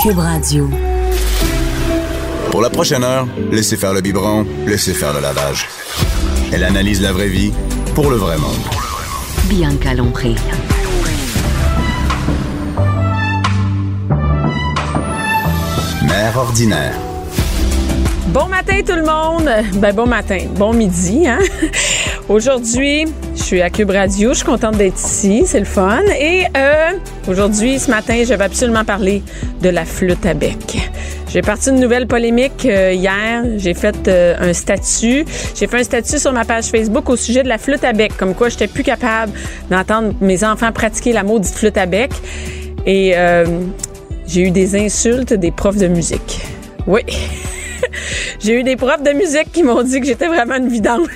Cube Radio. Pour la prochaine heure, laissez faire le biberon, laissez faire le lavage. Elle analyse la vraie vie pour le vrai monde. Bianca Lompré. Mère ordinaire. Bon matin tout le monde. Ben bon matin, bon midi. Hein? Aujourd'hui, je suis à Cube Radio. Je suis contente d'être ici, c'est le fun. Et euh, aujourd'hui, ce matin, je vais absolument parler de la flûte à bec. J'ai parti une nouvelle polémique euh, hier. J'ai fait euh, un statut. J'ai fait un statut sur ma page Facebook au sujet de la flûte à bec, comme quoi j'étais plus capable d'entendre mes enfants pratiquer la maudite flûte à bec. Et euh, j'ai eu des insultes des profs de musique. Oui. J'ai eu des profs de musique qui m'ont dit que j'étais vraiment une vidange.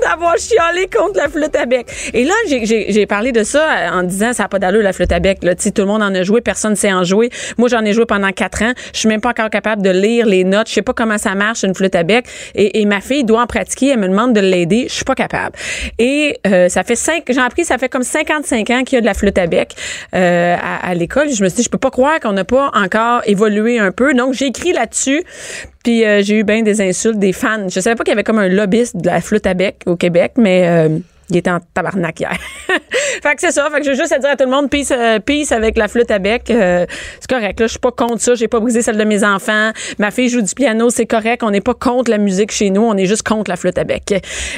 d'avoir chialé contre la flûte à bec. Et là, j'ai- j'ai j'ai parlé de ça euh, en disant ça n'a pas d'allure la flûte à bec. Là, Tu sais, tout le monde en a joué, personne ne sait en jouer. Moi, j'en ai joué pendant quatre ans. Je suis même pas encore capable de lire les notes. Je sais pas comment ça marche une flûte à bec. Et, et ma fille doit en pratiquer. Elle me demande de l'aider. Je suis pas capable. Et euh, ça fait cinq. J'ai appris ça fait comme 55 ans qu'il y a de la flûte à bec euh, à, à l'école. Je me suis dit je peux pas croire qu'on n'a pas encore évolué un peu. Donc j'ai écrit là-dessus. Puis euh, j'ai eu bien des insultes des fans. Je savais pas qu'il y avait comme un lobbyiste de la flûte à bec au Québec, mais euh, il était en tabarnak hier. fait que c'est ça. Fait que je veux juste à dire à tout le monde, peace, euh, peace avec la flûte à bec. Euh, c'est correct. Là, je suis pas contre ça. J'ai pas brisé celle de mes enfants. Ma fille joue du piano. C'est correct. On n'est pas contre la musique chez nous. On est juste contre la flûte à bec.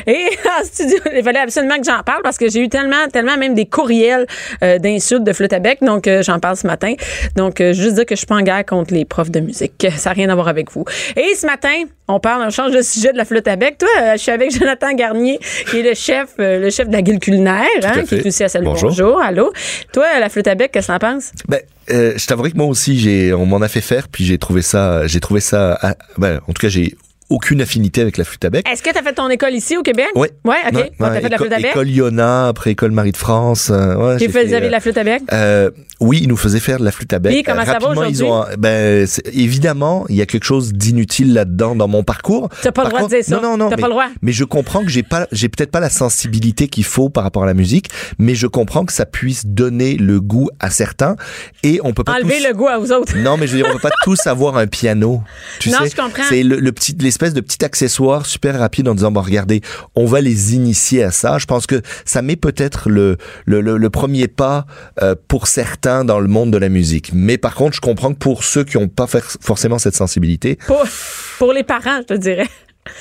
Et en studio, il fallait absolument que j'en parle parce que j'ai eu tellement, tellement même des courriels euh, d'insultes de flûte à bec. Donc, euh, j'en parle ce matin. Donc, euh, juste dire que je suis pas en guerre contre les profs de musique. Ça n'a rien à voir avec vous. Et ce matin, on parle, on change de sujet de la flûte à bec. Toi, euh, je suis avec Jonathan Garnier, qui est le chef, euh, le chef de la guilde culinaire, hein, qui fait. est aussi à Salut Bonjour. Bonjour. Allô. Toi, la flûte à bec, qu'est-ce que t'en penses? Ben, euh, je t'avouerai que moi aussi, j'ai, on m'en a fait faire, puis j'ai trouvé ça, j'ai trouvé ça, ah, ben, en tout cas, j'ai aucune affinité avec la flûte à bec. Est-ce que t'as fait ton école ici au Québec? Ouais. Ouais, Eh, OK. Ouais, Ouais, t'as ouais, fait de la éco- flûte à bec? école Iona, après école Marie de France. euh, ouais, J'ai j'ai fait vous fait, avez de la flûte à bec? euh, oui, ils nous faisaient faire de la flûte à bec. Puis, comment ça va Rapidement, ils ont, un- ben, c'est- évidemment, il y a quelque chose d'inutile là-dedans dans mon parcours. T'as pas le Par droit de contre- dire ça. Non, non, non. T'as mais- pas le droit. Mais je comprends que j'ai pas, j'ai peut-être pas la sensibilité qu'il faut par rapport à la musique, mais je comprends que ça puisse donner le goût à certains et on peut pas Enlever tous- le goût à vous autres. Non, mais je veux dire, on peut pas tous avoir un piano. Tu Non, sais, je comprends. C'est le, le petit, l'espèce de petit accessoire super rapide en disant, bon, regardez, on va les initier à ça. Je pense que ça met peut-être le, le, le, le premier pas euh, pour certains dans le monde de la musique. Mais par contre, je comprends que pour ceux qui n'ont pas fer- forcément cette sensibilité, Pour, pour les parents, je te dirais.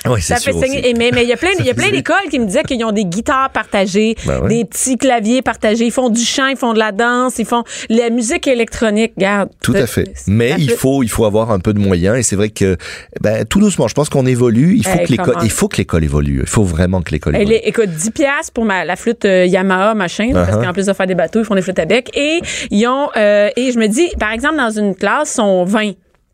ouais, Ça c'est fait sûr saigner. aussi. Et Mais mais il y a plein, il y a plein faisait- d'écoles qui me disaient qu'ils ont des guitares partagées, Ben ouais. des petits claviers partagés. Ils font du chant, ils font de la danse, ils font la musique électronique. Regarde. Tout à fait. Mais il faut, il faut avoir un peu de moyens et c'est vrai que, ben, tout doucement, je pense qu'on évolue. Il faut Hey, que l'école, comment- il faut que l'école évolue. Il faut vraiment que l'école Eh, Elle évolue. est, écoute, 10 piastres pour ma, la flûte euh, Yamaha, machin, là, parce Uh-huh. qu'en plus de faire des bateaux, ils font des flûtes à bec. Et ils ont, euh, et je me dis, par exemple, dans une classe, ils sont 20.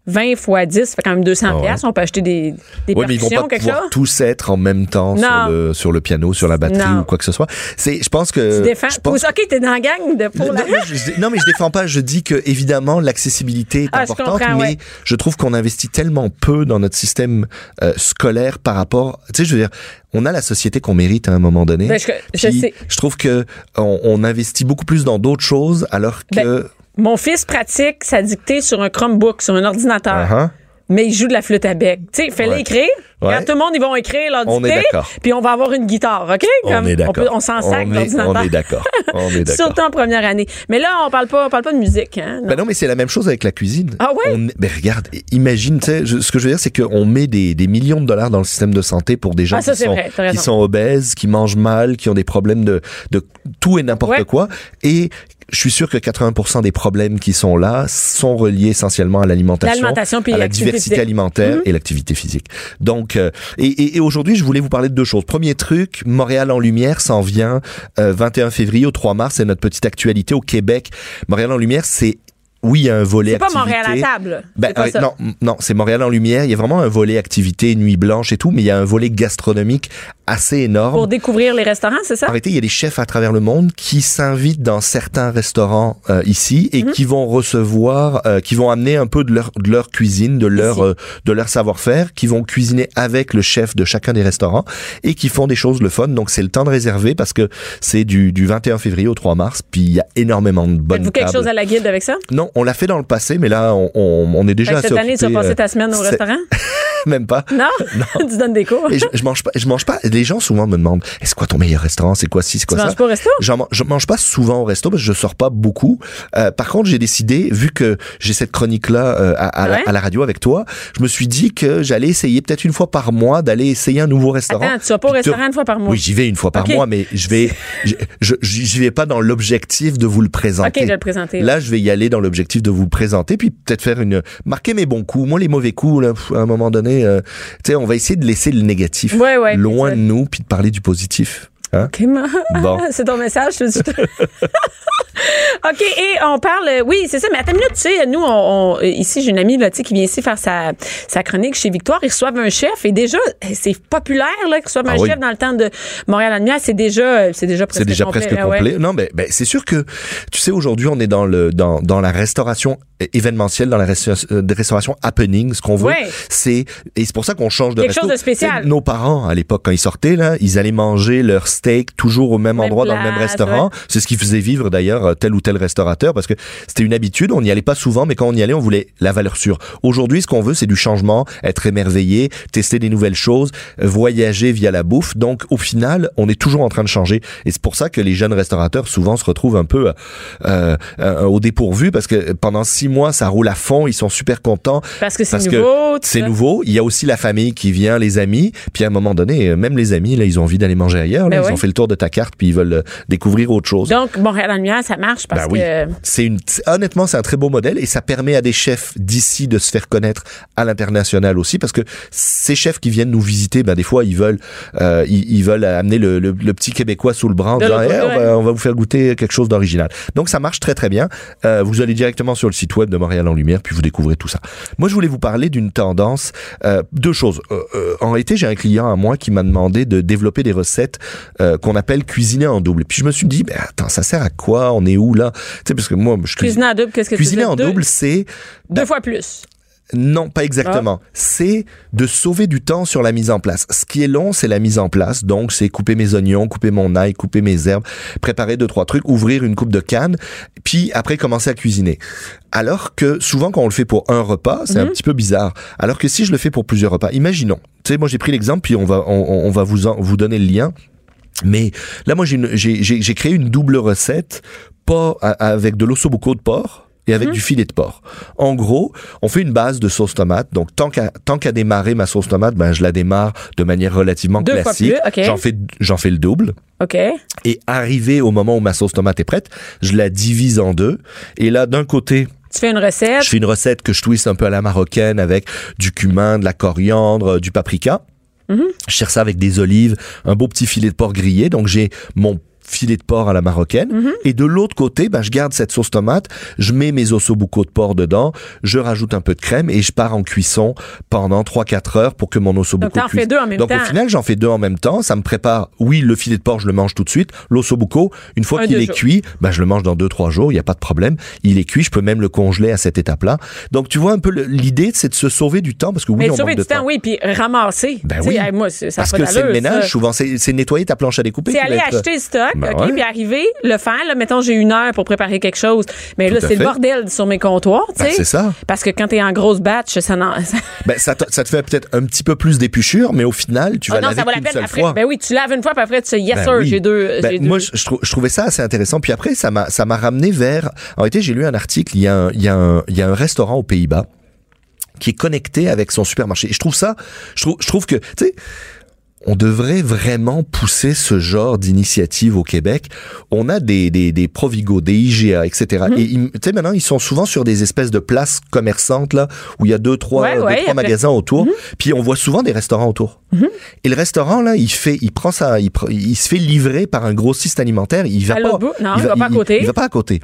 20 fois 10, ça fait quand même 200 Ah ouais. piastres. On peut acheter des, des Oui, mais ils percussions, vont pas quelque pouvoir chose. tous être en même temps Non. sur le, sur le piano, sur la batterie Non. ou quoi que ce soit. C'est, je pense que. Tu défends. euh, Je pense, OK, t'es dans la gang de pour non, la... non, je- je- non, mais je défends pas. Je dis que évidemment l'accessibilité est Ah, je importante, comprends, mais ouais. je trouve qu'on investit tellement peu dans notre système euh, scolaire par rapport. Tu sais, je veux dire, on a la société qu'on mérite à un moment donné. Ben, je- je Puis, sais. Je trouve que on, on investit beaucoup plus dans d'autres choses, alors que. Ben, Mon fils pratique sa dictée sur un Chromebook, sur un ordinateur, Uh-huh. mais il joue de la flûte à bec. Tu sais, fais-le Ouais. écrire. Ouais. Regarde, tout le monde, ils vont écrire leur On est dictée, d'accord. puis on va avoir une guitare, OK? on Comme est peut- d'accord. On s'en sac On est- d'ordinateur. On est d'accord. On est d'accord. Surtout en première année. Mais là, on parle pas, on parle pas de musique. Hein? Non. Ben non, mais c'est la même chose avec la cuisine. Ah ouais? On- ben regarde, imagine, tu sais, je- ce que je veux dire, c'est qu'on met des, des millions de dollars dans le système de santé pour des gens Ah, ça, qui, c'est sont, vrai, t'as raison. qui sont obèses, qui mangent mal, qui ont des problèmes de, de tout et n'importe Ouais. quoi. Et je suis sûr que 80% des problèmes qui sont là sont reliés essentiellement à l'alimentation, L'alimentation puis à la l'activité l'activité alimentaire Mhm. et l'activité physique. Donc, euh, et, et- et aujourd'hui, je voulais vous parler de deux choses. Premier truc, Montréal en lumière s'en vient euh, 21 février au 3 mars. C'est notre petite actualité au Québec. Montréal en lumière, c'est oui, il y a un volet C'est pas activité. Montréal à table. Ben, C'est pas euh, ça. non, m- non, c'est Montréal en lumière. Il y a vraiment un volet activité, nuit blanche et tout, mais il y a un volet gastronomique assez énorme. Pour découvrir les restaurants, c'est ça? Arrêtez, il y a des chefs à travers le monde qui s'invitent dans certains restaurants euh, ici et Mhm. qui vont recevoir, euh, qui vont amener un peu de leur de leur cuisine, de leur Ici. euh, de leur savoir-faire, qui vont cuisiner avec le chef de chacun des restaurants et qui font des choses le fun. Donc c'est le temps de réserver parce que c'est du du 21 février au 3 mars. Puis il y a énormément de bonnes Faites-vous quelque tables. chose à la guide avec ça? Non, on l'a fait dans le passé, mais là on on, on est déjà Fait que assez cette année, tu vas occupé, passer euh, ta semaine au c'est- restaurant? Même pas. Non? tu donnes des cours? Et je, je mange pas. Je mange pas. Les gens souvent me demandent c'est quoi ton meilleur restaurant C'est quoi ci C'est Tu quoi ça manges pas au resto? J'en man- je mange pas souvent au resto parce que je sors pas beaucoup. Euh, par contre, j'ai décidé, vu que j'ai cette chronique-là euh, à, à la- Ouais. à la radio avec toi, je me suis dit que j'allais essayer peut-être une fois par mois d'aller essayer un nouveau restaurant. Attends, Hein, tu vas pas au Puis de- restaurant une fois par mois? Oui, j'y vais une fois par Ok. mois, mais je vais, je, je- j'y vais pas dans l'objectif de vous le présenter. Ok, je vais le présenter. Là, je vais y aller dans l'objectif de vous le présenter, puis peut-être faire une, marquer mes bons coups. Moi, les mauvais coups, là, pff, à un moment donné, euh, tu sais, on va essayer de laisser le négatif Ouais, ouais, loin de puis nous, puis de parler du positif. Hein? OK, ma- Bon. c'est ton message. je te- OK, et on parle... euh, Oui, c'est ça, mais attends une minute, tu sais, nous, on, on- euh, ici, j'ai une amie là, tu sais, qui vient ici faire sa, sa chronique chez Victoire. Ils reçoivent un chef et déjà, eh, c'est populaire là, qu'ils reçoivent Ah un oui. chef dans le temps de Montréal en lumière. C'est déjà, euh, c'est déjà presque C'est déjà complet, presque là, ouais. complet. Non, mais ben, c'est sûr que, tu sais, aujourd'hui, on est dans le dans, dans la restauration é- événementielle, dans la resta- euh, de restauration happening. Ce qu'on veut, Ouais. c'est et c'est pour ça qu'on change de Quelque resto. chose de spécial. Tu sais, Nos parents, à l'époque, quand ils sortaient là, ils allaient manger leur steak toujours au même, Même endroit, dans le même place, restaurant. C'est ce qui faisait vivre d'ailleurs euh, tel ou tel restaurateur parce que c'était une habitude. On n'y allait pas souvent, mais quand on y allait, on voulait la valeur sûre. Aujourd'hui, ce qu'on veut, c'est du changement, être émerveillé, tester des nouvelles choses, euh, voyager via la bouffe. Donc, au final, on est toujours en train de changer. Et c'est pour ça que les jeunes restaurateurs souvent se retrouvent un peu euh, euh, euh, au dépourvu parce que pendant six mois, ça roule à fond. Ils sont super contents. Parce que c'est Parce que nouveau. tout C'est ça. nouveau. Il y a aussi la famille qui vient, les amis. Puis à un moment donné, euh, même les amis, là, ils ont envie d'aller manger ailleurs. Là, Ben ils ouais. ont fait le tour de ta carte, puis ils veulent euh, découvrir autre chose. Donc, Montréal en lumière, ça marche parce Ben oui. que... C'est une, c'est- honnêtement, c'est un très beau modèle et ça permet à des chefs d'ici de se faire connaître à l'international aussi parce que ces chefs qui viennent nous visiter, ben, des fois, ils veulent, euh, ils, ils veulent amener le, le- le petit Québécois sous le bras en De disant, l'autre Eh, on, côté, va, on va vous faire goûter quelque chose d'original. Donc, ça marche très, très bien. Euh, vous allez directement sur le site web de Montréal en Lumière puis vous découvrez tout ça. Moi, je voulais vous parler d'une tendance, euh, deux choses. Euh, euh, en été, j'ai un client à moi qui m'a demandé de développer des recettes euh, qu'on appelle cuisiner en double. Puis je me suis dit, ben attends, ça sert à quoi On est où là Tu sais, parce que moi, je cuisine. Cuisiner en double, qu'est-ce que Cuisiner tu fais? en Deux- double, c'est Deux fois plus. non, pas exactement. C'est de sauver du temps sur la mise en place. Ce qui est long, c'est la mise en place. Donc, c'est couper mes oignons, couper mon ail, couper mes herbes, préparer deux, trois trucs, ouvrir une coupe de canne, puis après commencer à cuisiner. Alors que souvent, quand on le fait pour un repas, c'est un petit peu bizarre. Alors que si je le fais pour plusieurs repas, imaginons. Tu sais, moi, j'ai pris l'exemple, puis on va, on, on- on va vous, en- vous donner le lien. Mais là, moi, j'ai une- j'ai j'ai- j'ai créé une double recette, pas a- avec de l'ossobuco de porc et Mhm. avec du filet de porc. En gros, on fait une base de sauce tomate. Donc, tant qu'à tant qu'à démarrer ma sauce tomate, ben je la démarre de manière relativement Deux fois classique. plus, ok. J'en fais j'en fais le double. OK. Et arrivé au moment où ma sauce tomate est prête, je la divise en deux. Et là, d'un côté, Tu fais une recette. je fais une recette que je twiste un peu à la marocaine avec du cumin, de la coriandre, euh, du paprika. Mm-hmm. Je sers ça avec des olives, un beau petit filet de porc grillé. Donc j'ai mon filet de porc à la marocaine. Mm-hmm. Et de l'autre côté, ben, je garde cette sauce tomate, je mets mes ossobuco de porc dedans, je rajoute un peu de crème et je pars en cuisson pendant 3-4 heures pour que mon ossobuco t'en cuise. fais deux en même Donc temps. au final, j'en fais deux en même temps. Ça me prépare, oui, le filet de porc, je le mange tout de suite. L'ossobuco, une fois Un, qu'il deux est jours. cuit, ben, je le mange dans 2-3 jours, il n'y a pas de problème. Il est cuit, je peux même le congeler à cette étape-là. Donc tu vois un peu le- l'idée, c'est de se sauver du temps parce que oui, mais on sauver manque du de temps, oui, puis ramasser. Ben Tu sais, oui. hey, moi, c'est- ça a parce pas que c'est le d'allure, ménage, ça. souvent, c'est c'est nettoyer ta planche à découper. C'est qui va aller être- acheter le stock, Ben OK, ouais. puis arriver, le faire. Là, mettons, j'ai une heure pour préparer quelque chose. Mais là, Tout à c'est le fait. bordel sur mes comptoirs, tu sais. Ben, c'est ça. Parce que quand t'es en grosse batch, ça n'en. ça- Ben, ça, te, ça te fait peut-être un petit peu plus d'épluchure, mais au final, tu vas Ah non, laver ça vaut la qu'une peine. seule Après, fois. ben oui, tu laves une fois, puis après, tu sais, yes, Ben sir, oui. j'ai deux. euh, Ben, j'ai deux. moi, je, je trou- je trouvais ça assez intéressant. Puis après, ça m'a, ça m'a ramené vers. En réalité, j'ai lu un article. Il y a un, il y a un, il y a un restaurant aux Pays-Bas qui est connecté avec son supermarché. Et je trouve ça, je trouve, je trouve que, tu sais, on devrait vraiment pousser ce genre d'initiative au Québec. On a des, des, des Provigo, des IGA, etc. Mhm. Mmh. Et tu sais, maintenant, ils sont souvent sur des espèces de places commerçantes, là, où il y a deux, trois, Ouais, deux, ouais, trois après- magasins autour. Mhm. Puis on voit souvent des restaurants autour. Et le restaurant, là, il fait, il prend ça, il, pre- il se fait livrer par un grossiste alimentaire. Il va À pas, l'autre bout. Non, il va pas à côté. Il va pas à côté.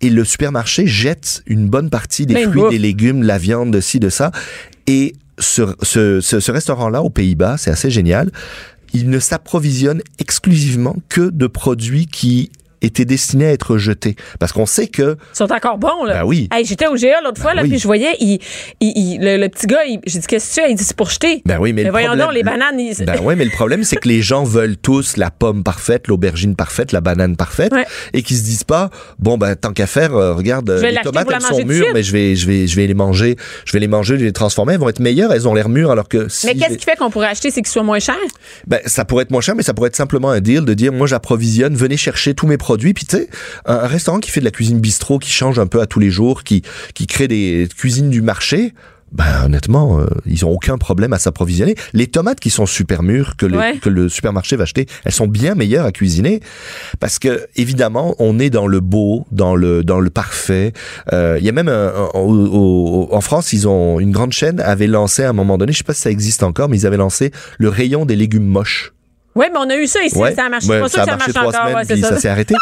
Et le supermarché jette une bonne partie des Mais il fruits, bouffe. des légumes, de la viande, de ci, de ça. Et ce, ce, ce, ce restaurant-là, aux Pays-Bas, c'est assez génial. Il ne s'approvisionne exclusivement que de produits qui étaient destinés à être jetés. Parce qu'on sait que, Ils sont encore bons, là. Ben oui. Ben Hey, J'étais au GA l'autre fois, là, oui. puis je voyais, il, il- il- le, le petit gars, il- j'ai dit, qu'est-ce que tu as? Il dit, c'est pour jeter. Ben oui, mais le voyons problème- donc, les bananes, ils- Ben ouais, mais le problème, c'est que les gens veulent tous la pomme parfaite, l'aubergine parfaite, la banane parfaite, Ouais. et qui se disent pas, bon ben tant qu'à faire, euh, regarde, euh, vais les l'acheter tomates pour la elles manger sont tout de mûres, suite. mais je vais, je vais, je vais les manger, je vais les manger, je vais les transformer, elles vont être meilleures, elles ont l'air mûres, alors que si Mais je qu'est-ce les- qui fait qu'on pourrait acheter, c'est qu'ils soient moins chers? ben, ça pourrait être moins cher, mais ça pourrait être simplement un deal de dire, moi j'approvisionne, venez chercher tous mes produits. Puis tu sais, un, un restaurant qui fait de la cuisine bistrot, qui change un peu à tous les jours, qui, qui crée des cuisines du marché, ben honnêtement, euh, ils ont aucun problème à s'approvisionner. Les tomates qui sont super mûres, que, le- Ouais. que le supermarché va acheter, elles sont bien meilleures à cuisiner. Parce que, évidemment, on est dans le beau, dans le, dans le parfait. Euh, Il y a même, un- un- au- au- en France, ils ont une grande chaîne avait lancé à un moment donné, je sais pas si ça existe encore, mais ils avaient lancé le rayon des légumes moches. Oui, mais on a eu ça ici, ça a marché. Ouais, Je suis pas ça sûr a que marché ça trois marche encore. semaines, Ouais, c'est puis ça, ça. s'est arrêté.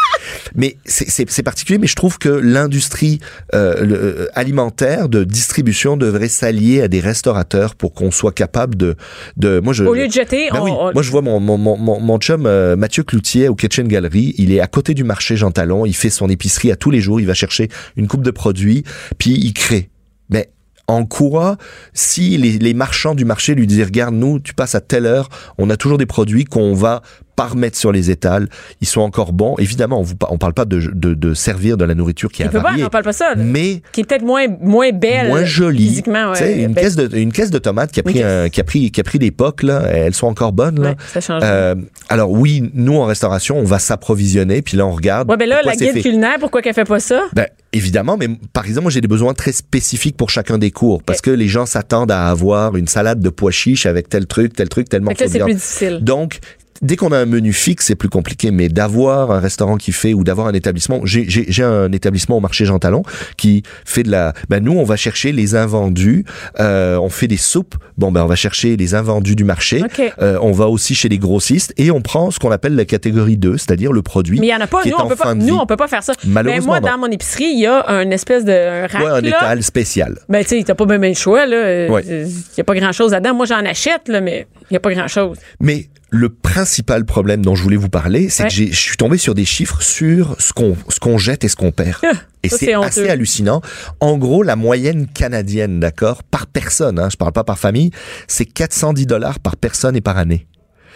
Mais c'est- c'est c'est particulier, mais je trouve que l'industrie euh, le- euh, alimentaire de distribution devrait s'allier à des restaurateurs pour qu'on soit capable de, de moi je Au lieu de jeter, ben on, oui. on- Moi, je vois mon, mon, mon, mon- mon chum euh, Mathieu Cloutier au Kitchen Gallery. Il est à côté du marché Jean Talon. Il fait son épicerie à tous les jours. Il va chercher une coupe de produits, puis il crée. Mais en quoi, si les, les marchands du marché lui disaient, regarde, nous, tu passes à telle heure, on a toujours des produits qu'on va pas remettre sur les étals. Ils sont encore bons. Évidemment, on vous pa- on parle pas de, de, de servir de la nourriture qui est on peut pas, avariée. on parle pas ça. là. Mais Qui est peut-être moins, moins belle. moins jolie. Physiquement, Tu sais, ouais. une, Ben, caisse de, une caisse de tomates qui a Une pris, un- qui a pris, qui a pris des pocs, là, elles sont encore bonnes. Là. ouais, ça change. Euh, alors oui, nous en restauration, on va s'approvisionner, puis là on regarde. ouais, ben là, pourquoi la c'est guide fait. culinaire, pourquoi qu'elle fait pas ça? Ben, évidemment, mais par exemple, moi j'ai des besoins très spécifiques pour chacun des cours parce que les gens s'attendent à avoir une salade de pois chiches avec tel truc, tel truc, tel Fait que morceau là, de c'est viande. plus difficile. Donc, dès qu'on a un menu fixe, c'est plus compliqué, mais d'avoir un restaurant qui fait ou d'avoir un établissement, j'ai- j'ai j'ai un établissement au marché Jean Talon qui fait de la... Ben, nous, on va chercher les invendus, euh, on fait des soupes, bon, ben, on va chercher les invendus du marché, Ok. Euh, on va aussi chez les grossistes et on prend ce qu'on appelle la catégorie 2, c'est-à-dire le produit Mais il y en a pas. qui Nous, est en on peut fin pas, de vie. nous, on peut pas faire ça. Mais Malheureusement, moi, non. dans mon épicerie, il y a un espèce de un rack, Ouais, un là. étal spécial. Ben, tu sais, t'as pas même le choix, là. Euh, Ouais. Il n'y a pas grand-chose là-dedans. Moi, j'en achète, là, mais il n'y a pas grand-chose. Mais le principal problème dont je voulais vous parler, c'est Ouais. que j'ai- je suis tombé sur des chiffres sur ce qu'on ce qu'on jette et ce qu'on perd. Et Ah, Ça, c'est c'est assez honteux. hallucinant. En gros, la moyenne canadienne, d'accord, par personne, hein, je parle pas par famille, c'est 410 dollars par personne et par année.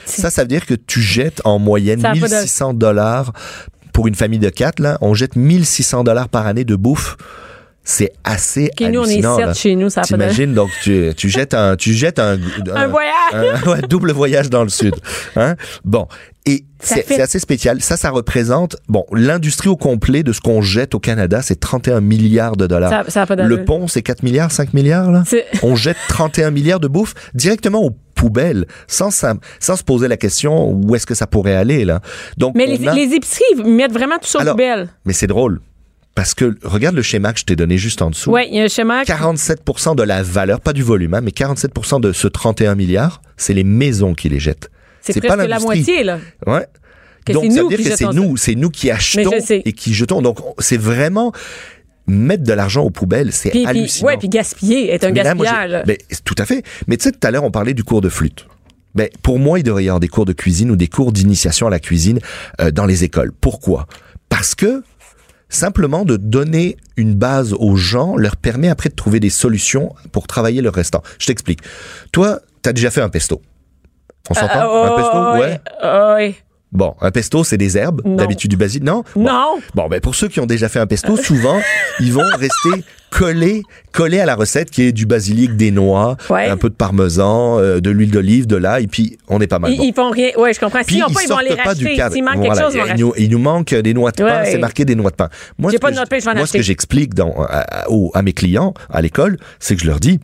Ça, ça veut dire que tu jettes en moyenne Ça a pas de- 1600 dollars pour une famille de quatre. Là, on jette 1600 dollars par année de bouffe. C'est assez Ok, nous, on est hallucinant. sept là. chez nous, ça a pas de- T'imagines hein? donc tu, tu jettes un tu jettes un Un voyage! un Euh, ouais, double voyage dans le sud. Hein? Bon. Et Ça c'est fait- c'est assez spécial. Ça, ça représente, bon, l'industrie au complet de ce qu'on jette au Canada, c'est 31 milliards de dollars. Ça- ça a pas d'allure. le pont, c'est 4 milliards, 5 milliards, là? C'est- On jette 31 milliards de bouffe directement aux poubelles, sans, sa- sans se poser la question où est-ce que ça pourrait aller, là. Donc, Mais on les, a- les épiceries, ils mettent vraiment tout ça aux Alors, poubelles. Mais c'est drôle. Parce que, regarde le schéma que je t'ai donné juste en dessous. Oui, il y a un schéma. 47% de la valeur, pas du volume, hein, mais 47% de ce 31 milliards, c'est les maisons qui les jettent. C'est presque la l'industrie. Ben, moitié, là. Ouais. Que Donc, c'est ça nous veut qui dire que c'est jetons nous, c'est nous qui achetons Mais je sais. et qui jetons. Donc, on- c'est vraiment mettre de l'argent aux poubelles, c'est Puis, puis, hallucinant. ouais, puis gaspiller est un Mais là, moi, j'ai- gaspillage. là. ben, tout à fait. Mais tu sais, tout à l'heure, on parlait du cours de flûte. Ben, pour moi, il devrait y avoir des cours de cuisine ou des cours d'initiation à la cuisine euh, dans les écoles. Pourquoi Parce que simplement de donner une base aux gens leur permet après de trouver des solutions pour travailler leur restant. Je t'explique. Toi, t'as déjà fait un pesto. On s'entend Un Ah, pesto, ouais. ah, ouais. Bon, un pesto, c'est des herbes, Non. d'habitude du basilic. Non. Bon. Non. Bon, ben pour ceux qui ont déjà fait un pesto, souvent ils vont rester collés, collés à la recette qui est du basilic, des noix, Ouais. un peu de parmesan, euh, de l'huile d'olive, de l'ail, puis on est pas mal. Ils, Ben, bon. ils font rien. Ouais, je comprends. Puis S'ils n'ont pas, ils vont sortent les racheter. S'il manque quelque Voilà. chose, ils vont il, nous, racheter. il nous manque euh, des noix de Ouais, pain, ouais. c'est marqué des noix de pain. Moi, J'ai ce pas que de noix de pain, je vais en Moi, ce que acheter. j'explique dans, à, à- aux- à mes clients à l'école, c'est que je leur dis,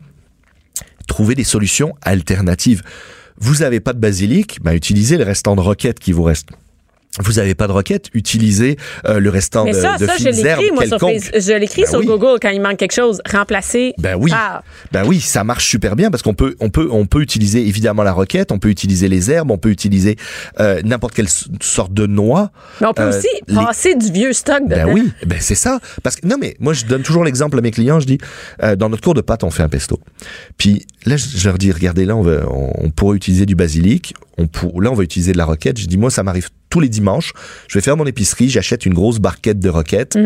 trouvez des solutions alternatives. Vous n'avez pas de basilic, ben, utilisez le restant de roquette qui vous reste. Vous n'avez pas de roquette, utilisez euh, le restant Mais de, ça, de ça, je fines herbes l'écris, moi, sur quelconques. Facebook. Je l'écris Ben sur oui. Google quand il manque quelque chose. Remplacer Ben oui, par. ben oui, ça marche super bien parce qu'on peut, on peut, on peut utiliser évidemment la roquette, on peut utiliser les herbes, on peut utiliser euh, n'importe quelle s- sorte de noix. Mais on peut Euh, aussi les- passer du vieux stock dedans. Ben oui, ben c'est ça. Parce que non mais moi je donne toujours l'exemple à mes clients. Je dis euh, dans notre cours de pâte on fait un pesto. Puis là je je leur dis regardez là on, va- on, on pourrait utiliser du basilic. On pour, là on va utiliser de la roquette. Je dis moi ça m'arrive tous les dimanches. Je vais faire mon épicerie, j'achète une grosse barquette de roquette.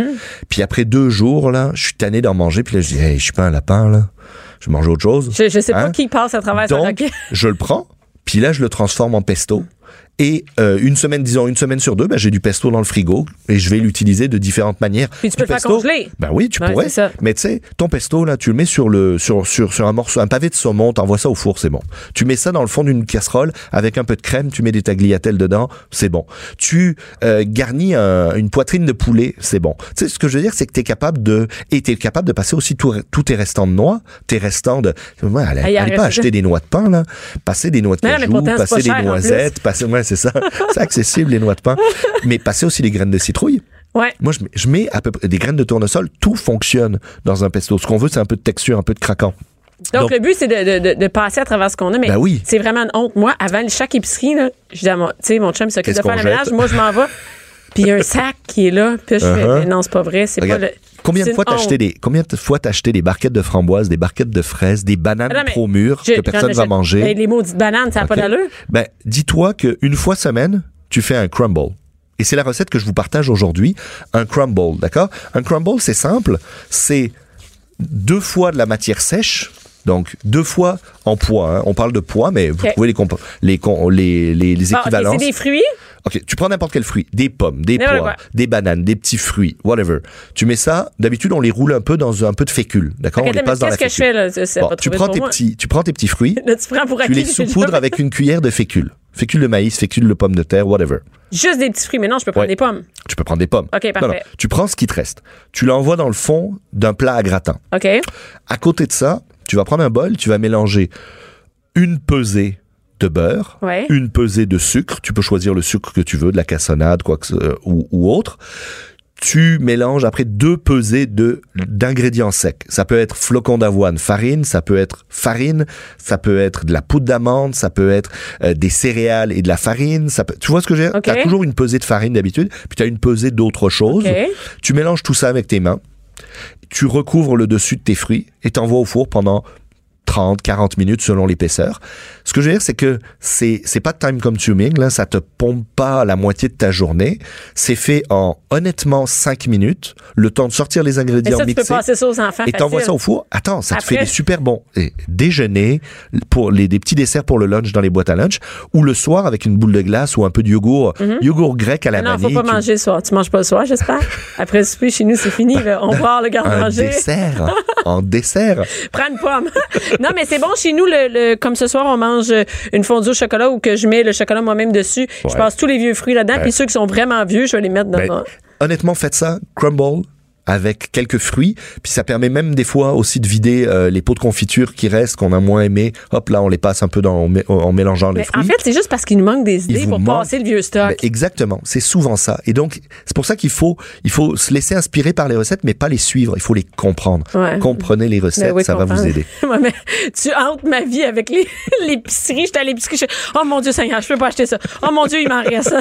Puis après deux jours là je suis tanné d'en manger. Puis là je dis hey, je suis pas un lapin là. Je mange autre chose. Je, je sais pas Hein? qui passe à travers sa Donc, roquette. je le prends, puis là, je le transforme en pesto. Et euh, une semaine, disons une semaine sur deux, ben, j'ai du pesto dans le frigo et je vais l'utiliser de différentes manières. Puis tu Du peux le faire pesto, congeler. Ben oui, tu Ouais, pourrais. c'est ça. Mais tu sais, ton pesto là, tu le mets sur le sur sur sur un morceau, un pavé de saumon, t'envoies ça au four, c'est bon. Tu mets ça dans le fond d'une casserole avec un peu de crème, tu mets des tagliatelles dedans, c'est bon. Tu euh, garnis un- une poitrine de poulet, c'est bon. Tu sais ce que je veux dire, c'est que t'es capable de et t'es capable de passer aussi tout- tous tes restants de noix, tes restants de. Ouais, allez, Ah, il y a allez un pas reste- acheter des noix de pain là, passer des noix de Mais non, mais cajou, pourtant, c'est pas passer cher, en des plus. noisettes, passer ouais c'est ça, c'est accessible les noix de pain, mais passer aussi des graines de citrouille. Ouais. Moi, je mets, je mets à peu près des graines de tournesol. Tout fonctionne dans un pesto. Ce qu'on veut, c'est un peu de texture, un peu de craquant. Donc, Donc- le but, c'est de, de- de- de passer à travers ce qu'on a. Mais Ben oui. c'est vraiment une honte. Moi, avant chaque épicerie, là, je dis à mon, tu sais, mon chum s'occupe Qu'est-ce de faire qu'on le jette? ménage. Moi, je m'en vais. Puis il y a un sac qui est là. Puis je fais, Uh-huh. mais non, c'est pas vrai. C'est pas Regarde, le. combien c'est de fois une t'as acheté honte. des combien de fois t'as acheté des barquettes de framboises, des barquettes de fraises, des bananes Ah non, mais trop mûres je- que personne j'en va achète- manger Ben, les maudites bananes, ça n'a pas Ok. d'allure. Ben, dis-toi qu'une fois semaine, tu fais un crumble. Et c'est la recette que je vous partage aujourd'hui. Un crumble, d'accord Un crumble, c'est simple. C'est deux fois de la matière sèche. Donc, deux fois en poids. hein. On parle de poids, mais vous Ok. pouvez les, compa- les, con- les, les, les Bon, ok, équivalences. c'est des fruits. Ok, tu prends n'importe quel fruit, des pommes, des N'importe poires, quoi. des bananes, des petits fruits, whatever. Tu mets ça, d'habitude on les roule un peu dans un peu de fécule, d'accord Ok, On les mais passe dans la qu'est-ce que je fais, fécule. là? Ça- ça Bon, va tu trouver prends pour tes moi. petits, tu prends tes petits fruits, Là, tu prends pour tu acquis les les saupoudres gens. avec une cuillère de fécule. Fécule de maïs, fécule de pomme de terre, whatever. Juste des petits fruits. Mais non, je peux prendre Ouais. des pommes. Tu peux prendre des pommes. Ok, parfait. Tu prends ce qui te reste. Tu l'envoies dans le fond d'un plat à gratin. OK. À côté de ça, tu vas prendre un bol, tu vas mélanger une pesée de beurre, Ouais. une pesée de sucre. Tu peux choisir le sucre que tu veux, de la cassonade, quoi que ce- euh, ou, ou autre. Tu mélanges après deux pesées de d'ingrédients secs. Ça peut être flocons d'avoine, farine, ça peut être farine, ça peut être de la poudre d'amande, ça peut être euh, des céréales et de la farine. Ça peut, tu vois ce que j'ai Ok. T'as toujours une pesée de farine d'habitude, puis t'as une pesée d'autre chose. Ok. Tu mélanges tout ça avec tes mains tu recouvres le dessus de tes fruits et t'envoies au four pendant 30, 40 minutes selon l'épaisseur. Ce que je veux dire, c'est que c'est, c'est pas time consuming, là, ça te pompe pas la moitié de ta journée. C'est fait en, honnêtement, 5 minutes, le temps de sortir les Mais ingrédients ça, tu peux mixés. passer ça aux enfants. Et t'envoies facile. ça au four. Attends, ça te Après- fait des super bons et déjeuners pour les des petits desserts pour le lunch dans les boîtes à lunch ou le soir avec une boule de glace ou un peu de yogourt, yogourt grec à la Mm-hmm. Non, vanille. faut pas tu- manger le soir. Tu manges pas le soir, j'espère. Après le souper, chez nous, c'est fini. là. On part le Un garde-manger. dessert, en dessert. Prends une pomme. non, mais c'est bon. Chez nous, le, le- comme ce soir, on mange euh, une fondue au chocolat ou que je mets le chocolat moi-même dessus. Je Ouais. passe tous les vieux fruits là-dedans. Puis ceux qui sont vraiment vieux, je vais les mettre dans Ben, mon- honnêtement, faites ça, crumble avec quelques fruits, puis ça permet même des fois aussi de vider euh, les pots de confiture qui restent qu'on a moins aimé. Hop là, on les passe un peu dans, en, mé- en mélangeant les Mais fruits. en fait, c'est juste parce qu'il nous manque des Il idées vous pour manque- passer le vieux stock. Ben, exactement, c'est souvent ça. Et donc, c'est pour ça qu'il faut, il faut se laisser inspirer par les recettes, mais pas les suivre. Il faut les comprendre. Ouais. Comprenez les recettes, Ben oui, ça va comprends. vous aider. Ouais, mais tu hantes ma vie avec les- l'épicerie. J'étais à l'épicerie. je fais, Oh mon Dieu, Seigneur, je peux pas acheter ça. Oh mon Dieu, il m'en reste.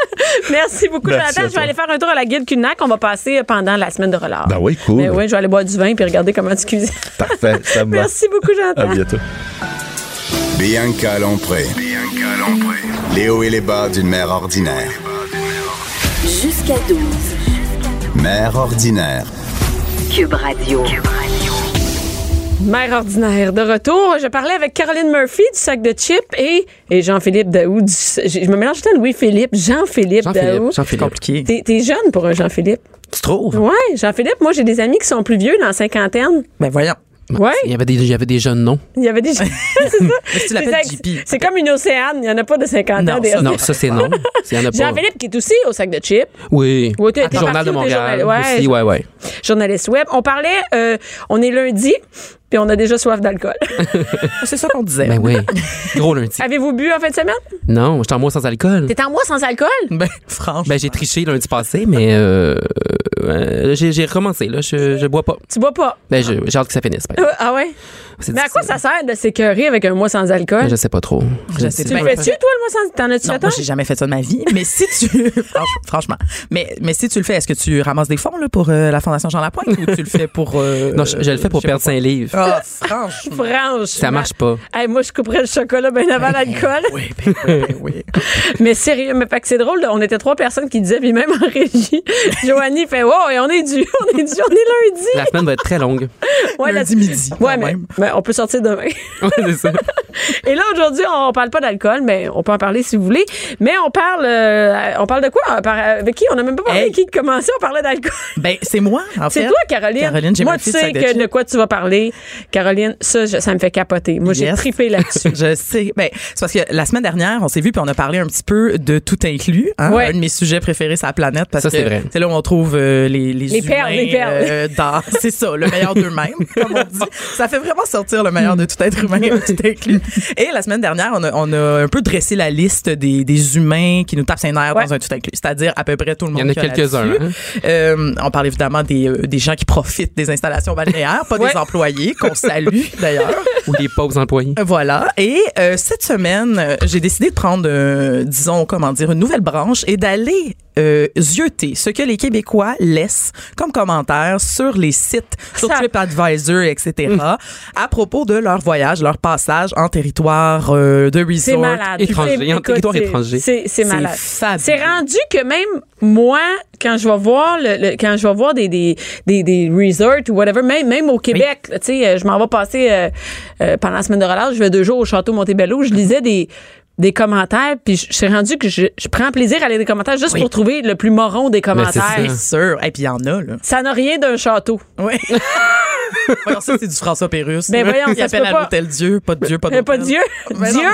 Merci beaucoup, Merci Jonathan. à Je vais toi. aller faire un tour à la guilde Cunac. On va passer pendant la semaine de relâche. Ben oui, cool. Mais oui, je vais aller boire du vin puis regarder comment tu cuisines. Parfait, ça me va. Merci beaucoup, À Jonathan. bientôt. Bianca Lompré. Les hauts et les bas d'une mère ordinaire. Jusqu'à 12. Mère ordinaire. Cube Radio. Cube Radio. Mère ordinaire, de retour. Je parlais avec Caroline Murphy du sac de chips et, et Jean-Philippe Daou. Du, je, je me mélange tout le temps Louis-Philippe, Jean-Philippe Daou. Jean-Philippe, Jean-Philippe. compliqué. T'es t'es jeune pour un Jean-Philippe. Tu trouves? Ouais, Jean-Philippe, moi j'ai des amis qui sont plus vieux, dans la cinquantaine. Ben voyons. Ouais. Il y avait des, il y avait des jeunes noms. Il y avait des. c'est ça. si tu l'appelles C'est ça, JP. C'est comme une océane, il n'y en a pas de 50 ans. Non, des- ça, non, ça, c'est non. Il y en a pas. Jean-Philippe qui est aussi au sac de chips, Oui. Ouais, t'es- t'es Journal parti de ou t'es Montréal. journal- ouais. Aussi, ouais, ouais. journaliste web. On parlait, euh, on est lundi. puis on a déjà soif d'alcool. C'est ça qu'on disait. Ben oui. Gros lundi. Avez-vous bu en fin de semaine? Non, j'étais en mois sans alcool. T'es en mois sans alcool? Ben, franchement. Ben, j'ai triché lundi passé, mais euh, euh, j'ai j'ai recommencé. Là. Je, je bois pas. Tu bois pas. Ben, je- j'ai hâte que ça finisse. par Euh, exemple. Ah ouais? C'est Mais à quoi difficile. ça sert de s'écœurer avec un mois sans alcool? Ben, je sais pas trop. Je sais Tu pas. le fais-tu, toi, le mois sans T'en as-tu Non, fait moi, un? j'ai jamais fait ça de ma vie. Mais si tu. Franch- franchement. Mais, mais si tu le fais, est-ce que tu ramasses des fonds là, pour euh, la Fondation Jean Lapointe ou tu le fais pour. euh, Non, je, je le fais pour je sais perdre 5 livres. pas. Ah, franchement. Franchement. Ça marche pas. Hey, moi, je couperais le chocolat bien avant l'alcool. Oui, ben, oui, ben, oui. Mais sérieux, mais fait que c'est drôle. là, On était trois personnes qui disaient, puis même en régie, Joanie fait Wow, et on est dû, on est dû, on est lundi. La semaine va être très longue. Ouais, Lundi la- midi. quand Ouais, mais, même. mais on peut sortir demain. Ouais, c'est ça. Et là, aujourd'hui, on parle pas d'alcool, mais on peut en parler si vous voulez. Mais on parle, euh, on parle de quoi? Par- avec qui? On n'a même pas parlé Hey. avec qui commençait, on parlait d'alcool. Ben, c'est moi, en fait. C'est toi, Caroline. Caroline, j'ai Moi, ma tu fille de sais sac de que chips. de quoi tu vas parler. Caroline, ça, je- ça me fait capoter. Moi, j'ai Yes. tripé là-dessus. Je sais. Ben, c'est parce que la semaine dernière, on s'est vu puis on a parlé un petit peu de tout inclus. hein. Ouais. Un de mes sujets préférés, c'est la planète. Parce Ça, que c'est vrai. C'est là où on trouve euh, les, les, Les humains, perles, les perles. euh, dans, c'est ça, le meilleur d'eux-mêmes, comme on dit. Ça fait vraiment sortir le meilleur de tout être humain, tout inclus. Et la semaine dernière, on a, on a un peu dressé la liste des, des humains qui nous tapent ses nerfs Ouais. dans un tout inclus. C'est-à-dire à peu près tout le Il monde. y en a qu'il quelques-uns, là-dessus. hein. Euh, on parle évidemment des, euh, des gens qui profitent des installations balnéaires, pas Ouais. des employés, qu'on salue d'ailleurs. Ou des pauvres employés. Voilà. Et euh, cette semaine, euh, j'ai décidé de prendre, euh, disons, comment dire, une nouvelle branche et d'aller euh, zioter ce que les Québécois laissent comme commentaires sur les sites, sur Ça- Mm. TripAdvisor, etc., à propos de leur voyage, leur passage en territoire euh, de resort. C'est malade. Étranger, C'est- en écoute, territoire c'est- étranger. C'est c'est C'est malade. fabuleux. C'est rendu que même moi, quand je vais voir le, le- quand je vais voir des des, des, des resorts ou whatever, même même au Québec, là, tu sais, euh, je m'en vais passer euh, euh, pendant la semaine de relâche, je vais deux jours au château Montebello, je lisais des des commentaires, puis je je suis rendu que je, je prends plaisir à lire des commentaires juste pour trouver le plus moron des c'est commentaires. ça. Sûr. Et puis il y en a, là. Ça n'a rien d'un château. Oui. voyons, ça, c'est du François Pérus. Ben voyons, ça il se appelle peut à pas. l'hôtel Dieu, pas de Dieu, pas Euh, de Pas Dieu. Ben non. Dieu.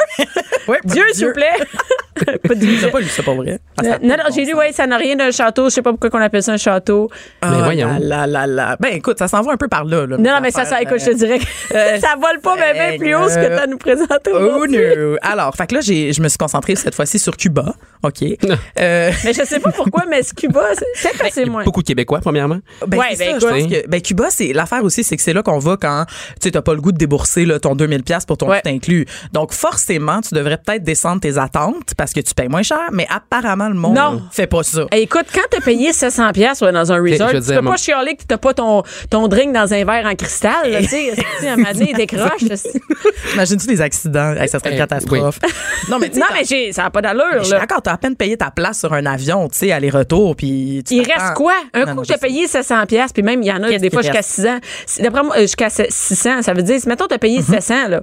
Dieu, s'il vous plaît. pas Dieu. J'ai pas lu ça pour vrai. Ah, ça a Euh, pas Non, de non, bon j'ai sens. dit, ouais, ça n'a rien d'un château. Je sais pas pourquoi qu'on appelle ça un château. Ah, Mais voyons. Là, là, là, là. Ben écoute, ça s'en va un peu par là. là, mes Ben, Non, non, mais ça, ça, affaires, écoute, je euh, te dirais que ça vole pas mais bien plus haut ce que tu as nous présenté Oh aujourd'hui. no! Alors, fait que là, j'ai- je me suis concentrée cette fois-ci sur Cuba. OK. Euh, Mais je sais pas pourquoi, mais ce Cuba, c'est- c'est parce que c'est moins. Beaucoup de Québécois, premièrement. ben, Ouais, c'est ben, ça, je écoute. pense que, ben, Cuba, c'est l'affaire aussi, c'est que c'est là qu'on va quand tu sais, t'as pas le goût de débourser là, ton 2000 pièces pour ton Ouais. tout inclus. Donc forcément, tu devrais peut-être descendre tes attentes parce que tu payes moins cher, mais apparemment le monde Non. fait pas ça. Hey, écoute, quand t'as payé 700 pièces dans un resort, je tu veux dire, peux mon- pas chialer que t'as pas ton, ton drink dans un verre en cristal. là, Tu sais, Tu sais, un moment donné, il décroche. là, c'est- Imagine-tu des accidents, Hey, ça serait une Eh, oui. catastrophe. Non mais tu sais, Non, t'as- mais j'ai- ça n'a pas d'allure. je suis là. d'accord, t'as à peine payé ta place sur un avion, tu sais, aller-retour, puis tu Il t'attends. reste quoi? Un Non, coup non, que je t'as sais. payé 700 pièces puis même, il y en a Qu'est-ce des fois qui jusqu'à reste? Mhm. 6 ans. Si- D'après moi, euh, jusqu'à 600, ça veut dire, si, mettons, t'as payé 700, là.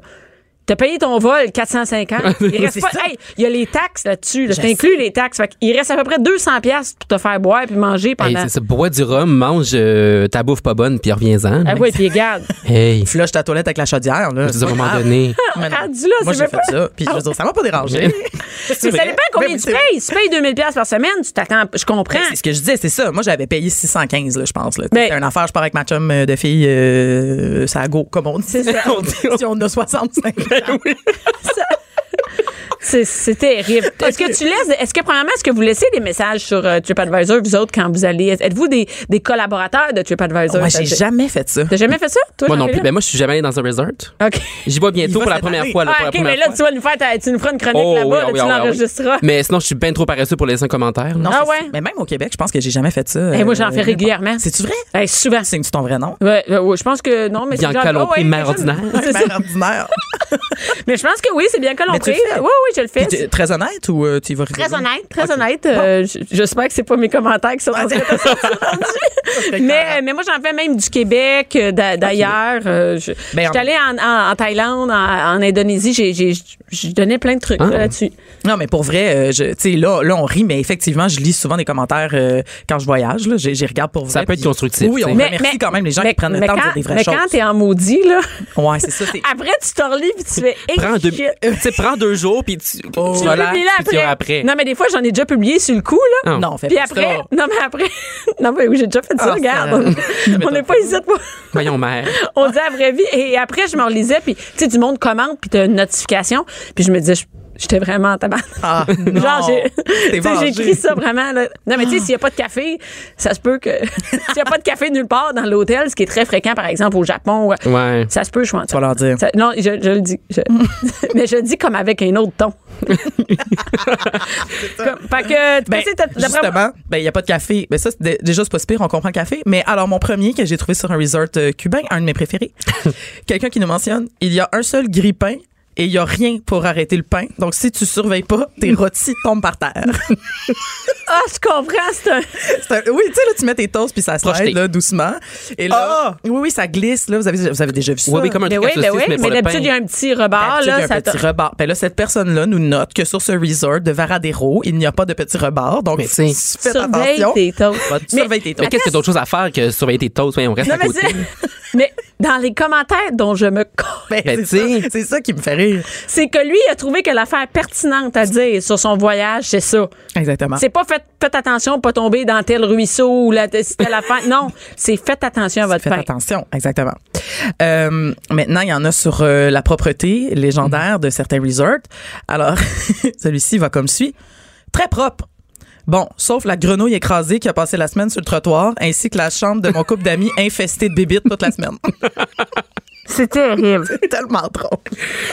T'as payé ton vol 450. Il reste C'est pas. ça. Hey, il y a les taxes là-dessus. Là. Je T'inclus les taxes. Fait il reste à peu près 200 pièces pour te faire boire puis manger Hey, pendant. c'est ça. Bois du rhum, mange euh, ta bouffe pas bonne, puis reviens-en. ah ouais, puis regarde. Hey, Tu flushes ta toilette avec la chaudière, là. je veux dire, à un C'est pas moment grave. donné. Mais non. Rendu là, c'est Moi, j'ai même fait pas- ça. Puis je veux dire, ça m'a pas dérangé. Mais C'est ça vrai. dépend combien Ben, tu c'est vrai. payes. Si tu payes 2000 pièces par semaine, tu t'attends. Je comprends. Ben, C'est ce que je disais, c'est ça. Moi, j'avais payé 615, là, je pense. Là. Mais- C'était une affaire, je pars avec ma chum euh, de fille, euh, ça go, comme on dit. C'est ça. Ben On dit, si on a 65 ans. C'est- C'est terrible. Est-ce que tu laisses, est-ce que premièrement, est-ce que vous laissez des messages sur euh, TripAdvisor, vous autres, quand vous allez, êtes-vous des, des collaborateurs de TripAdvisor? Ah, Moi, j'ai jamais fait ça. T'as jamais fait ça, toi? Moi non plus. Jean-Philippe? Ben, moi, je suis jamais allé dans un resort. OK. J'y vais Il bientôt va pour la cette première année. fois. Là, pour Ah, la OK, première mais là, fois. tu vas nous faire, ta- tu nous feras une chronique Oh, oui, là-bas, ah là, oui, tu ah oui, ah oui. l'enregistreras. Mais sinon, je suis bien trop paresseux pour laisser un commentaire. Non, Ah c'est- ouais? Mais même au Québec, je pense que j'ai jamais fait ça. Eh, moi, j'en Euh, fais régulièrement. C'est-tu vrai? Eh, souvent. Signes-tu ton vrai nom? Ouais, euh, ouais, je pense que non, mais c'est Bianca genre- Lompré, oh, ouais, mère mais je- ordinaire. c'est ça. Mère ordinaire. Mais je pense que oui, c'est bien Mais Lompré. tu le fais? Oui, oui, je le fais. Puis t'es Très honnête ou euh, tu y vas Très honnête, très honnête. Euh, j- J'espère que c'est pas mes commentaires qui sont Ah, rendus. mais, euh, mais moi, j'en fais même du Québec, euh, d'a- d'ailleurs. Euh, je Ben, j'étais en- allée en, en- en Thaïlande, en, en Indonésie. J'ai- j'ai- Je donnais plein de trucs Ah. là, là-dessus. Non, mais pour vrai, euh, je- tu sais, là, là, on rit, mais effectivement, je lis souvent des commentaires euh, quand je voyage. Là, j'ai, j'y regarde pour vrai. Ça peut être puis- constructif, Oui, tu on sais. remercie quand même les gens mais- qui prennent le mais temps de quand- Ah, dire des vraies Mais choses. quand t'es en maudit, là, Ouais, c'est ça. c'est- après, tu t'en relis puis tu fais. Hey, Prends deux, shit. tu sais, prends deux deux jours, puis tu, Oh. tu Tu relaxes, Publie-la puis tu iras après. Non, mais des fois, j'en ai déjà publié sur le coup, là. Non. Non, fais Puis pas après, ça. non, mais après, non, mais oui, j'ai déjà fait ça, Ah, regarde. ça- on n'est pas ici pour. Voyons, mère. On dit à la vraie vie. Et après, je me relisais, puis, tu sais, du monde commente, puis t'as une notification. Puis je me disais, je- j'étais vraiment en tabac. Ah, non. Genre, j'ai- tu T'es sais, vengé. j'ai écrit ça vraiment. là. Non, mais tu sais, s'il n'y a pas de café, ça se peut que. s'il n'y a pas de café nulle part dans l'hôtel, ce qui est très fréquent, par exemple, au Japon, ouais, Ouais. ça se peut, je suis en Tu vas leur dire. ça- non, je, je le dis. Je- mais je le dis comme avec un autre ton. Comme- fait que, tu Ben, sais, t'as- d'après moi- justement, ben il y a pas de café. Ben ça c'est dé- déjà c'est pas si pire, on comprend le café. Mais alors mon premier que j'ai trouvé sur un resort euh, cubain, un de mes préférés, quelqu'un qui nous mentionne, il y a un seul gris pain et il y a rien pour arrêter le pain. Donc si tu surveilles pas, tes rôtis tombent par terre. Ah, je comprends, c'est un. C'est un- oui, tu sais là tu mets tes toasts puis ça Projeté. slide là doucement et là oui oui ça glisse là vous avez vous avez déjà vu ça. Ah, Ouais, oui, comme un Ben truc oui, ben à saucisse, oui. mais pour Mais le pain. d'habitude, il y a un petit rebord, D'habitude, il y a là. un Ça petit te- rebord. Ben là, cette personne-là nous note que sur ce resort de Varadero, il n'y a pas de petit rebord. Donc, Mais c'est- faites surveille attention. tes toasts. Bah, tu surveilles tes Mais toasts. qu'est-ce que d'autres choses à faire que surveiller tes toasts? Voyons, on reste Non, à mais, côté. c'est- mais dans les commentaires dont je me colle, Ben, Ben, c'est t'sais. ça, c'est ça qui me fait rire. c'est que lui il a trouvé que l'affaire pertinente à dire sur son voyage, c'est ça. Exactement. C'est pas fait, faites attention, pas tomber dans tel ruisseau ou la, si telle affaire. Non, c'est faites attention à votre Faites pain. attention, exactement. Euh, maintenant, il y en a sur euh, la propreté légendaire de certains resorts. Alors, celui-ci va comme suit. Très propre. Bon, sauf la grenouille écrasée qui a passé la semaine sur le trottoir, ainsi que la chambre de mon couple d'amis infestée de bébites toute la semaine. C'est terrible. C'est tellement drôle.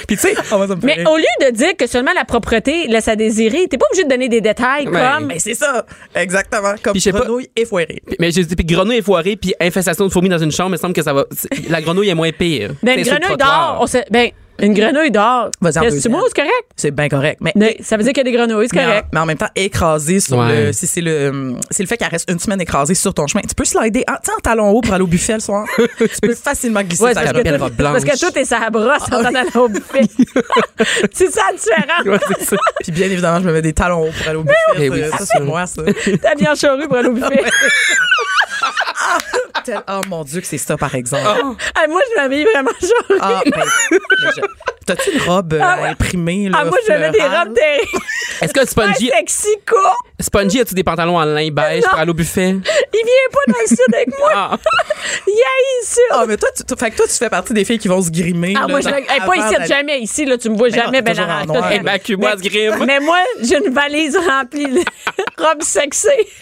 Puis tu sais, oh, moi, ça me fait Mais rire. au lieu de dire que seulement la propreté laisse à désirer, t'es pas obligé de donner des détails Ouais. comme Mais c'est ça, exactement, comme Puis je sais pas- grenouille effoirée. Puis- Mais j'ai dit, puis grenouille est foirée, puis infestation de fourmis dans une chambre, il me semble que ça va. c'est- La grenouille est moins pire. ben, une C'est sur le grenouille trottoir. d'or. on sait- Ben, une grenouille d'or. Vas-y en Qu'est-ce que tu deuxième. moses, c'est correct? C'est bien correct. Mais Mais ça veut dire qu'il y a des grenouilles, c'est Mais en- correct. Mais en, même temps, écrasé sur Ouais. le. Si c'est le, c'est le fait qu'elle reste une semaine écrasée sur ton chemin. Tu peux slider en, tu sais, en talon haut pour aller au buffet le soir. tu peux facilement glisser Ouais, ta c'est parce, robe. belle que robe tout, blanche. Ah parce que tout est sa brosse en allant au buffet. c'est ça la différence. Ouais, c'est ça. Puis bien évidemment, je me mets des talons hauts pour aller au buffet. oui. ça, Eh oui, ça, c'est c'est ça. moi, ça. T'as bien charrue pour aller au Ah buffet. Tel- oh mon Dieu, que c'est ça, par exemple. Ah, moi, je m'habille vraiment charrue. Ah, ben, mais je- T'as-tu une robe euh, Ah ouais. imprimée? Là, Ah, moi, j'avais des fleurale? robes terribles. Est-ce que Pas Spongy, sexy, court. Spongy a-tu des pantalons en lin beige Non. pour aller au buffet? Il vient pas dans le sud avec moi. Ah! Il est ici. Ah, mais toi tu, tu- fait que toi, tu fais partie des filles qui vont se grimer. Ah, là, moi, je dans- hey, pas avant ici, d'aller- jamais ici, là, tu me vois Ben non, jamais, t'es ben toujours en arrête. noir. Tout est- Évacue-moi ce grime. Mais moi, j'ai une valise remplie de robes sexy.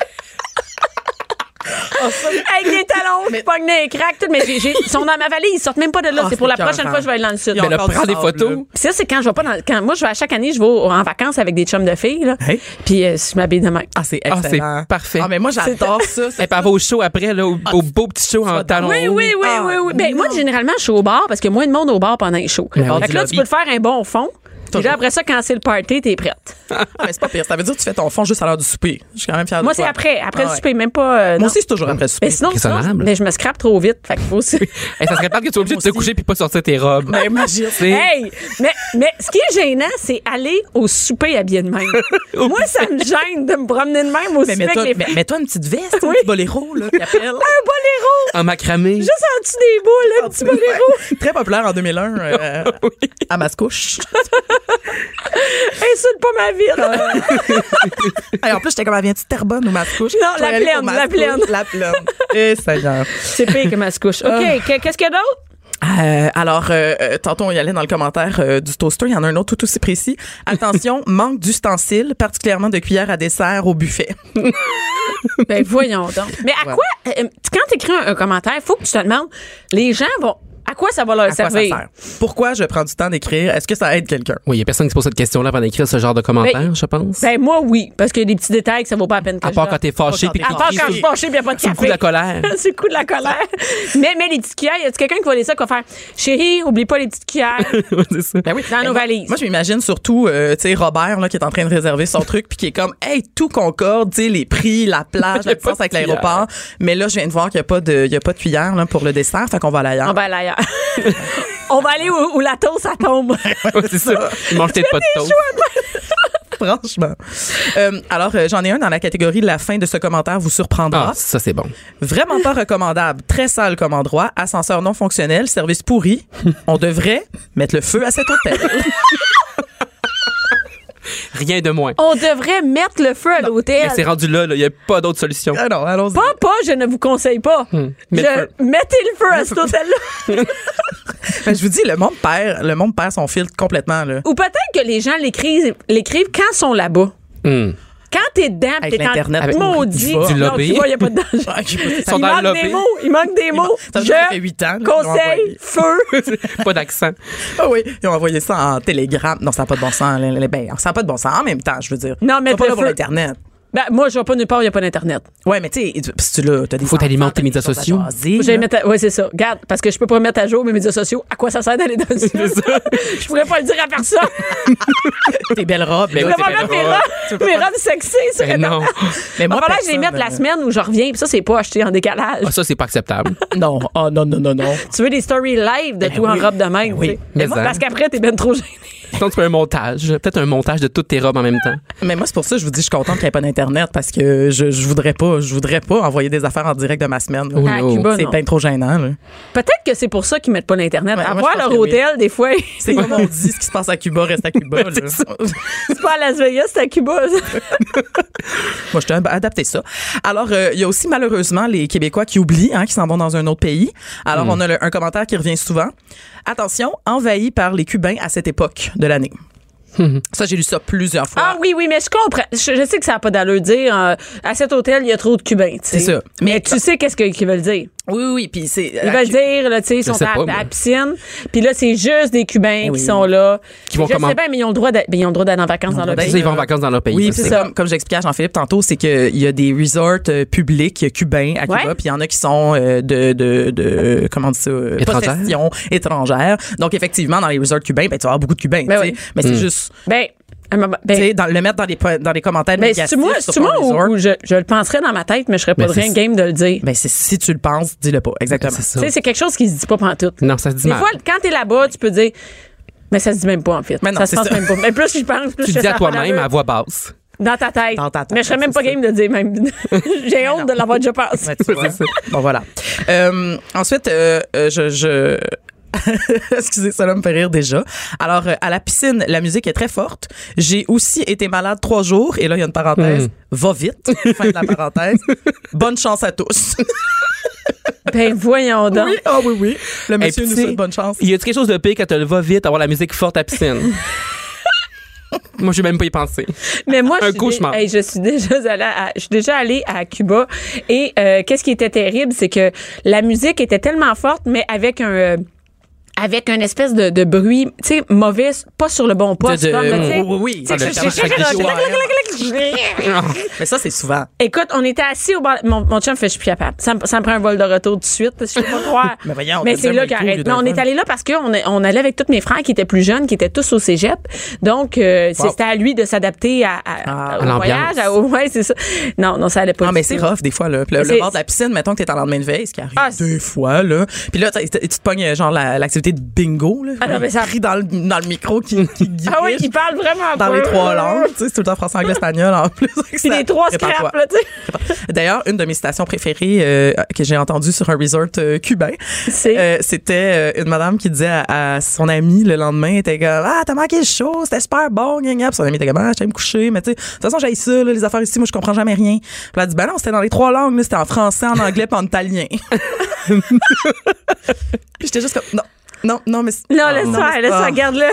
Avec des talons, je pogne des cracks, tout, mais j'ai- j'ai- ils sont dans ma valise, ils sortent même pas de là. Ah, c'est pour la c'est prochaine écœurant. fois que je vais aller dans le sud. Ils ont Mais là, encore du prends des sable, photos. là. Puis ça, c'est quand je vais pas dans. Quand, moi, je vais à chaque année, je vais au- en vacances avec des chums de filles, là. Hey. Puis euh, je m'habille de même. Ah, c'est Ah, c'est excellent. parfait. Ah, mais moi, j'adore ça. Et Eh, puis elle va au show après, là, au, au beau petit show en talons. Oui, hauts. oui, oui, Ah, oui, oui. Ben, moi, non. Ben généralement, je suis au bar parce qu'il y a moins de monde au bar pendant les shows. oui, fait du que là, lobby. tu peux te faire un bon fond. Puis Toujours. là, après ça, quand c'est le party, t'es prête. Ah, mais c'est pas pire. Ça veut dire que tu fais ton fond juste à l'heure du souper. Je suis quand même fière de Moi, c'est toi. après. Après Ah le ouais. souper, même pas. euh, non. Moi aussi, c'est toujours après le souper. Mais sinon, Raisonnable. sinon, mais je me scrape trop vite. Fait qu'il faut aussi. Eh, ça serait pas que tu sois obligé de te Moi aussi. coucher puis pas sortir tes robes. Ben, imagine. Tu sais, hey! Mais, mais ce qui est gênant, c'est aller au souper habillé de même. Moi, ça me gêne de me promener de même au Mais souper mets-toi avec les mais- filles. mets-toi une petite veste, un Oui. petit boléro, là, qui appelle. Un boléro! Ah, En macramé. Juste en dessous des boules, un petit boléro. Très populaire en 2001 euh, à Mascouche. Insulte pas ma vie. Ah. Hey, en plus, j'étais comme, elle vient-tu de Terrebonne ou Mascouche? Non, Je vais la aller pour plaine, la Mascouche, plaine. La plaine. Eh, Seigneur. C'est pire que ma couche. Ah. OK, que- qu'est-ce qu'il y a d'autre? Euh, alors, euh, euh, tantôt, on y allait dans le commentaire euh, du toaster. Il y en a un autre tout aussi précis. Attention, manque d'ustensiles, particulièrement de cuillères à dessert au buffet. Ben voyons donc. Mais à Ouais. quoi, euh, quand tu écris un, un commentaire, il faut que tu te demandes, les gens vont, à quoi ça va leur À quoi ça servir? sert? Pourquoi je prends du temps d'écrire? Est-ce que ça aide quelqu'un? Oui, il y a personne qui se pose cette question-là avant d'écrire ce genre de commentaire, je pense. Ben moi, oui, parce qu'il y a des petits détails que ça vaut pas la peine que à je part donne. quand t'es fâché Pas puis quand À part t'écris quand je suis fâchée, puis il n'y a pas de sous le café. coup de la colère. C'est le coup de la colère. mais, mais les petites cuillères, y a quelqu'un qui va laisser ça, qui va faire Chérie, oublie pas les petites cuillères C'est ça. dans nos valises. Moi, je m'imagine surtout, euh, tu sais, Robert, là, qui est en train de réserver son truc, puis qui est comme, hey, tout concorde, tu sais, les prix, la plage, la a pas distance de avec cuillère. l'aéroport. Mais là, je viens de voir qu'il n'y a pas de, il y a pas de cuillère, là, pour le dessert. Fait qu'on va aller On ailleurs. va aller ailleurs. On va aller où, où la toast, ça tombe. Ouais, c'est ça. Ils mangent peut-être pas de toast. Franchement. Euh, alors, euh, j'en ai un dans la catégorie la fin de ce commentaire vous surprendra. Ah, ça, c'est bon. Vraiment pas recommandable. Très sale comme endroit. Ascenseur non fonctionnel. Service pourri. On devrait mettre le feu à cet hôtel. Rien de moins. On devrait mettre le feu à l'hôtel. Mais c'est rendu là, il n'y a pas d'autre solution. Ah non, allons-y. Pas, pas, je ne vous conseille pas. Hmm. Je- Mets le feu. mettez le feu à cet hôtel-là. Ben, je vous dis, le monde perd, le monde perd son filtre complètement, là. Ou peut-être que les gens l'écrivent, l'écrivent quand sont là-bas. Euh. Hum. Quand t'es dedans, pis Avec t'es en l'Internet, Avec- maudit. tu vas. Du non, lobby. tu vois, il a pas de danger. Ah, j'ai pas- sont il dans manque le des lobby. mots. Il manque des mots. Ça fait Je huit ans. là, qu'ils l'ont conseille envoyé. feu. pas d'accent. Ah oui, ils ont envoyé ça en télégramme. Non, ça n'a pas de bon sens. là, là, Ben, ça n'a pas de bon sens en même temps, je veux dire. Non, mais Ils sont pas le là pour feu- l'Internet. ben, moi, je vais pas nulle part, il n'y a pas d'Internet. Ouais, mais tu sais, tu- si tu l'as, t'as des Faut enfants, t'alimenter t'as tes des médias choses à sociaux. jaser, Faut que j'aille là. mettre à- Ouais, c'est ça. Garde, parce que je peux pas mettre à jour mes médias sociaux. À quoi ça sert d'aller dans le Je pourrais pas le dire à personne. tes belles robes. Mais Je là. oui, pourrais pas tes belles mettre mes robes. Tu robes, peux mes Ben pas robes sexy sur Ben non. Internet. Mais moi, Enfin, là, je les personne, mets la euh, semaine où je reviens. Puis ça, c'est pas acheté en décalage. Ah, ça, c'est Ah, pas acceptable. Non, oh non, non, non, non. Tu veux des stories live de toi Ben oui. en robe de même. oui. hein? tu sais. Mais ça. parce qu'après, t'es ben trop gêné. Sinon, tu fais un montage. Peut-être un montage de toutes tes robes en même temps. Mais moi, c'est pour ça que je vous dis, je suis contente qu'il n'y ait pas d'Internet parce que je, je voudrais pas, je voudrais pas envoyer des affaires en direct de ma semaine. là. Oui, À oh. Ah, Cuba, Ah, C'est non. bien trop gênant, là. Peut-être que c'est pour ça qu'ils mettent pas l'Internet. Ouais, à moi, voir je pense leur que oui. hôtel, des fois, C'est comme on dit, ce qui se passe à Cuba reste à Cuba. là. c'est pas à Las Vegas, c'est à Cuba. ça. Moi, je t'ai adapté ça. Alors, euh, il y a aussi malheureusement les Québécois qui oublient, hein, qui s'en vont dans un autre pays. Alors, on a le- un commentaire qui revient souvent. Attention, envahi par les Cubains à cette époque de l'année. Ça, j'ai lu ça plusieurs fois. Ah oui, oui, mais je comprends. Je, je sais que ça n'a pas d'allure de dire euh, à cet hôtel, il y a trop de Cubains. tu sais. C'est ça. Mais, Mais- ah. tu sais qu'est-ce que- qu'ils veulent dire. Oui, oui, oui, puis c'est... euh, Ils veulent dire, là, tu sais, ils sont sais à, pas, à moi. la piscine. Puis là, c'est juste des Cubains Eh oui. qui sont là. Qui vont je comment- sais bien, mais ils ont le droit d'a- mais ils ont le droit d'aller en vacances dans leur C'est pays. ça, ils vont en vacances dans leur pays. Oui, ça, c'est ça. Comme, comme j'expliquais à Jean-Philippe tantôt, c'est qu'il y a des resorts euh, publics cubains à Cuba, Ouais. puis il y en a qui sont euh, de, de, de euh, comment on dit ça, euh, Étrangères. possession étrangère. Donc, effectivement, dans les resorts cubains, ben, tu vas avoir beaucoup de Cubains. Ben tu sais. oui. Mais c'est juste, Ben, à un moment- ben, tu sais, dans, le mettre dans les, po- dans les commentaires ben, négatifs c'est-tu moi, sur c'est-tu ton moi ou- resort. ou je, je le penserais dans ma tête, mais je serais pas Mais de rien c'est- game de le dire. Ben, c'est si tu le penses, dis-le pas. Exactement. C'est ça. Tu sais, c'est quelque chose qui se dit pas pantoute. Non, ça se dit Des mal. fois, quand t'es là-bas, tu peux dire. Mais ça se dit même pas, en fait. Mais non, ça se c'est pense ça. même pas. Mais plus je pense, plus Tu je sais le dis à ça a pas toi-même d'allure. à voix basse. Dans ta tête. Dans ta tête, Mais je serais même pas c'est ça. game de dire même. J'ai honte de l'avoir déjà pensé. Ouais, tu vois. bon, voilà. Euh, ensuite, euh, euh, je... je- Excusez, ça là me fait rire déjà. Alors, euh, à la piscine, la musique est très forte. J'ai aussi été malade trois jours. Et là, il y a une parenthèse. Va vite. Fin de la parenthèse. Bonne chance à tous. Ben voyons donc. oui, ah oui, oui. Le Hey, puis monsieur nous tu sais, souhaite bonne chance. Y a quelque chose de pire quand tu le vas vite, avoir la musique forte à piscine? Moi, j'ai même pas y pensé. Mais moi, Un je suis, cauchemar. dé- hey, je suis déjà allée à, je suis déjà allée à Cuba et euh, qu'est-ce qui était terrible, c'est que la musique était tellement forte, mais avec un euh, avec une espèce de, de bruit, tu sais, mauvais, pas sur le bon poste. De- de- comme, là, tu sais. oui, oui, oui. Tu sais, Ah, je- le- je- je- je- je- je- je- je- je- Mais ça, c'est souvent. Écoute, on était assis au bar. Mon, mon chum fait, je suis plus capable. Ça, me- ça me prend un vol de retour tout de suite. parce que Je peux pas croire. Mais voyons, Mais t'as c'est le là même qu'il coup, arrête. les deux Non, on est femmes. allé là parce qu'on est- on allait avec tous mes frères qui étaient plus jeunes, qui étaient tous au cégep. Donc, euh, Wow. c'était à lui de s'adapter à, à- Ah, à au l'ambiance. voyage. à- au- ouais, c'est ça. Non, non, ça allait pas. Non, du mais tout. c'est rough des fois. Là. Puis Le, le C'est- bord de la piscine, mettons que t'es en lendemain de veille, ce qui arrive Ah, c'est- deux fois. Là. Puis là, t'as- t'as- tu te pognes euh, genre la- l'activité de bingo. Là, Ah non, mais ça- rit dans le, dans le micro qui, qui Ah oui, griche il parle vraiment dans pas. les trois langues. Tu sais, c'est tout le temps français, anglais, espagnol en plus. C'est les trois scraps, là, tu sais. D'ailleurs, une de mes citations préférées euh, que j'ai entendue sur un resort euh, cubain, C'est- euh, c'était euh, une madame qui disait à, à son ami le lendemain, elle était comme ah t'as manqué le show, c'était super bon, gna gna. Puis son ami était comme ah j'allais me coucher, mais tu sais de toute façon j'aille ça là, les affaires ici, moi je comprends jamais rien. Puis elle a dit ben non c'était dans les trois langues, là, c'était en français, en anglais, puis en italien. Puis j'étais juste comme non non non mais c'est- Non, laisse non, ça, mais- laisse ça, ah. garde-le.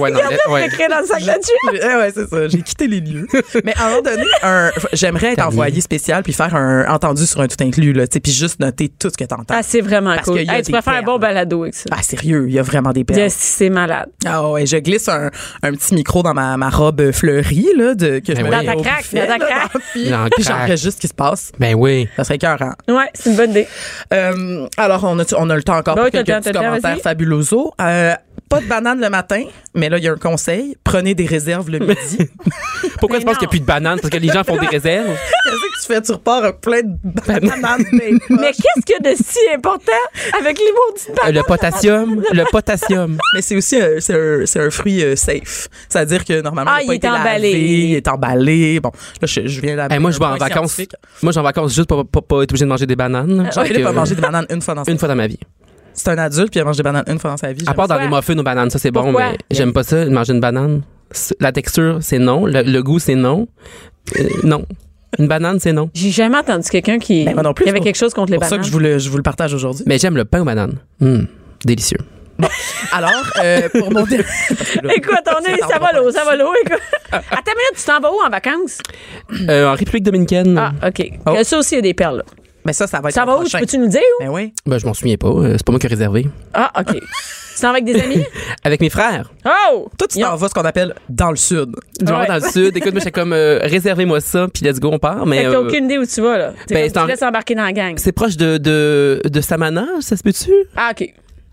Ouais, non, Garde-le, mais- ouais. secret dans le sac là-dessus. J'ai- eh ouais, c'est ça. J'ai quitté les lieux. Mais à un moment donné, un- j'aimerais être envoyé spécial puis faire un entendu sur un tout inclus, là, tu sais, puis juste noter tout ce que t'entends. Ah, c'est vraiment Parce cool. qu'il y a Hey, tu des vas faire un perles. bon balado avec ça. Ah, sérieux, il y a vraiment des perles. Yes, c'est malade. Ah ouais, je glisse un, un petit micro dans ma, ma robe fleurie, là, de, que je Ben me oui. mets Dans ta au craque, buffet, dans ta là, craque. Eh dans- puis- Dans Puis craque. j'enregistre ce qui se passe. Ben oui. Ça serait écœurant. Ouais, c'est une bonne idée. Euh, alors, on a, on a le temps encore Bon, pour t'as quelques le temps, petits t'as le temps, commentaires vas-y. fabuloso. Euh, pas de banane le matin, mais là, il y a un conseil. Prenez des réserves le midi. Pourquoi tu penses non. qu'il n'y a plus de bananes? Parce que les gens font des réserves. Qu'est-ce que tu fais? Tu repars avec plein de bananes. des poches. Mais qu'est-ce qu'il y a de si important avec les mots d'une Euh, Le potassium. Le potassium. Mais c'est aussi un, c'est un, c'est un fruit euh, safe. C'est-à-dire que normalement, Ah, il, a pas il est été emballé. Lavé, il est emballé. Bon, là, je, je viens d'amener Eh, moi, un je vais en point vacances. scientifique. Moi, je vais en vacances juste pour pas, pas être obligé de manger des bananes. J'en ai Donc, pas euh, mangé de bananes une fois dans sa Une vie. fois dans ma vie. C'est un adulte, puis il mange des bananes une fois dans sa vie. À part dans Pourquoi? les muffins aux bananes, ça c'est bon, Pourquoi? mais j'aime pas ça, de manger une banane. c- la texture, c'est non. Le, le goût, c'est non. Euh, non. Une banane, c'est non. J'ai jamais entendu quelqu'un qui, Ben, moi non plus, qui avait c'est quelque chose contre les C'est pour ça bananes. que je vous le, je vous le partage aujourd'hui. Mais j'aime le pain aux bananes. Hum, délicieux. Alors, euh, pour mon dernier- parce que là- Écoute, on est, ça va l'eau, ça va l'eau, écoute. Ah, Attends une minute, tu t'en vas où en vacances? Euh, en République dominicaine, Ah, OK. Oh. Que Ça aussi, il y a des perles. là. Mais ça, ça va être Ça le va où? prochain. Peux-tu nous dire où? Ben oui. ben, je m'en souviens pas. euh, C'est pas moi qui ai réservé. Ah, OK. tu t'en vas avec des amis? Avec mes frères. Oh! Toi, tu Ils ont- t'en vas ce qu'on appelle dans le sud. Genre Ouais. dans le sud. Écoute, moi, j'étais comme, euh, réservez-moi ça, puis let's go, on part. Mais Fait que t'as euh, aucune idée où tu vas, là. T'es ben, comme, c'est en- tu te laisses embarquer dans la gang. c'est proche de, de, de Samana, ça se peut-tu? Ah, OK.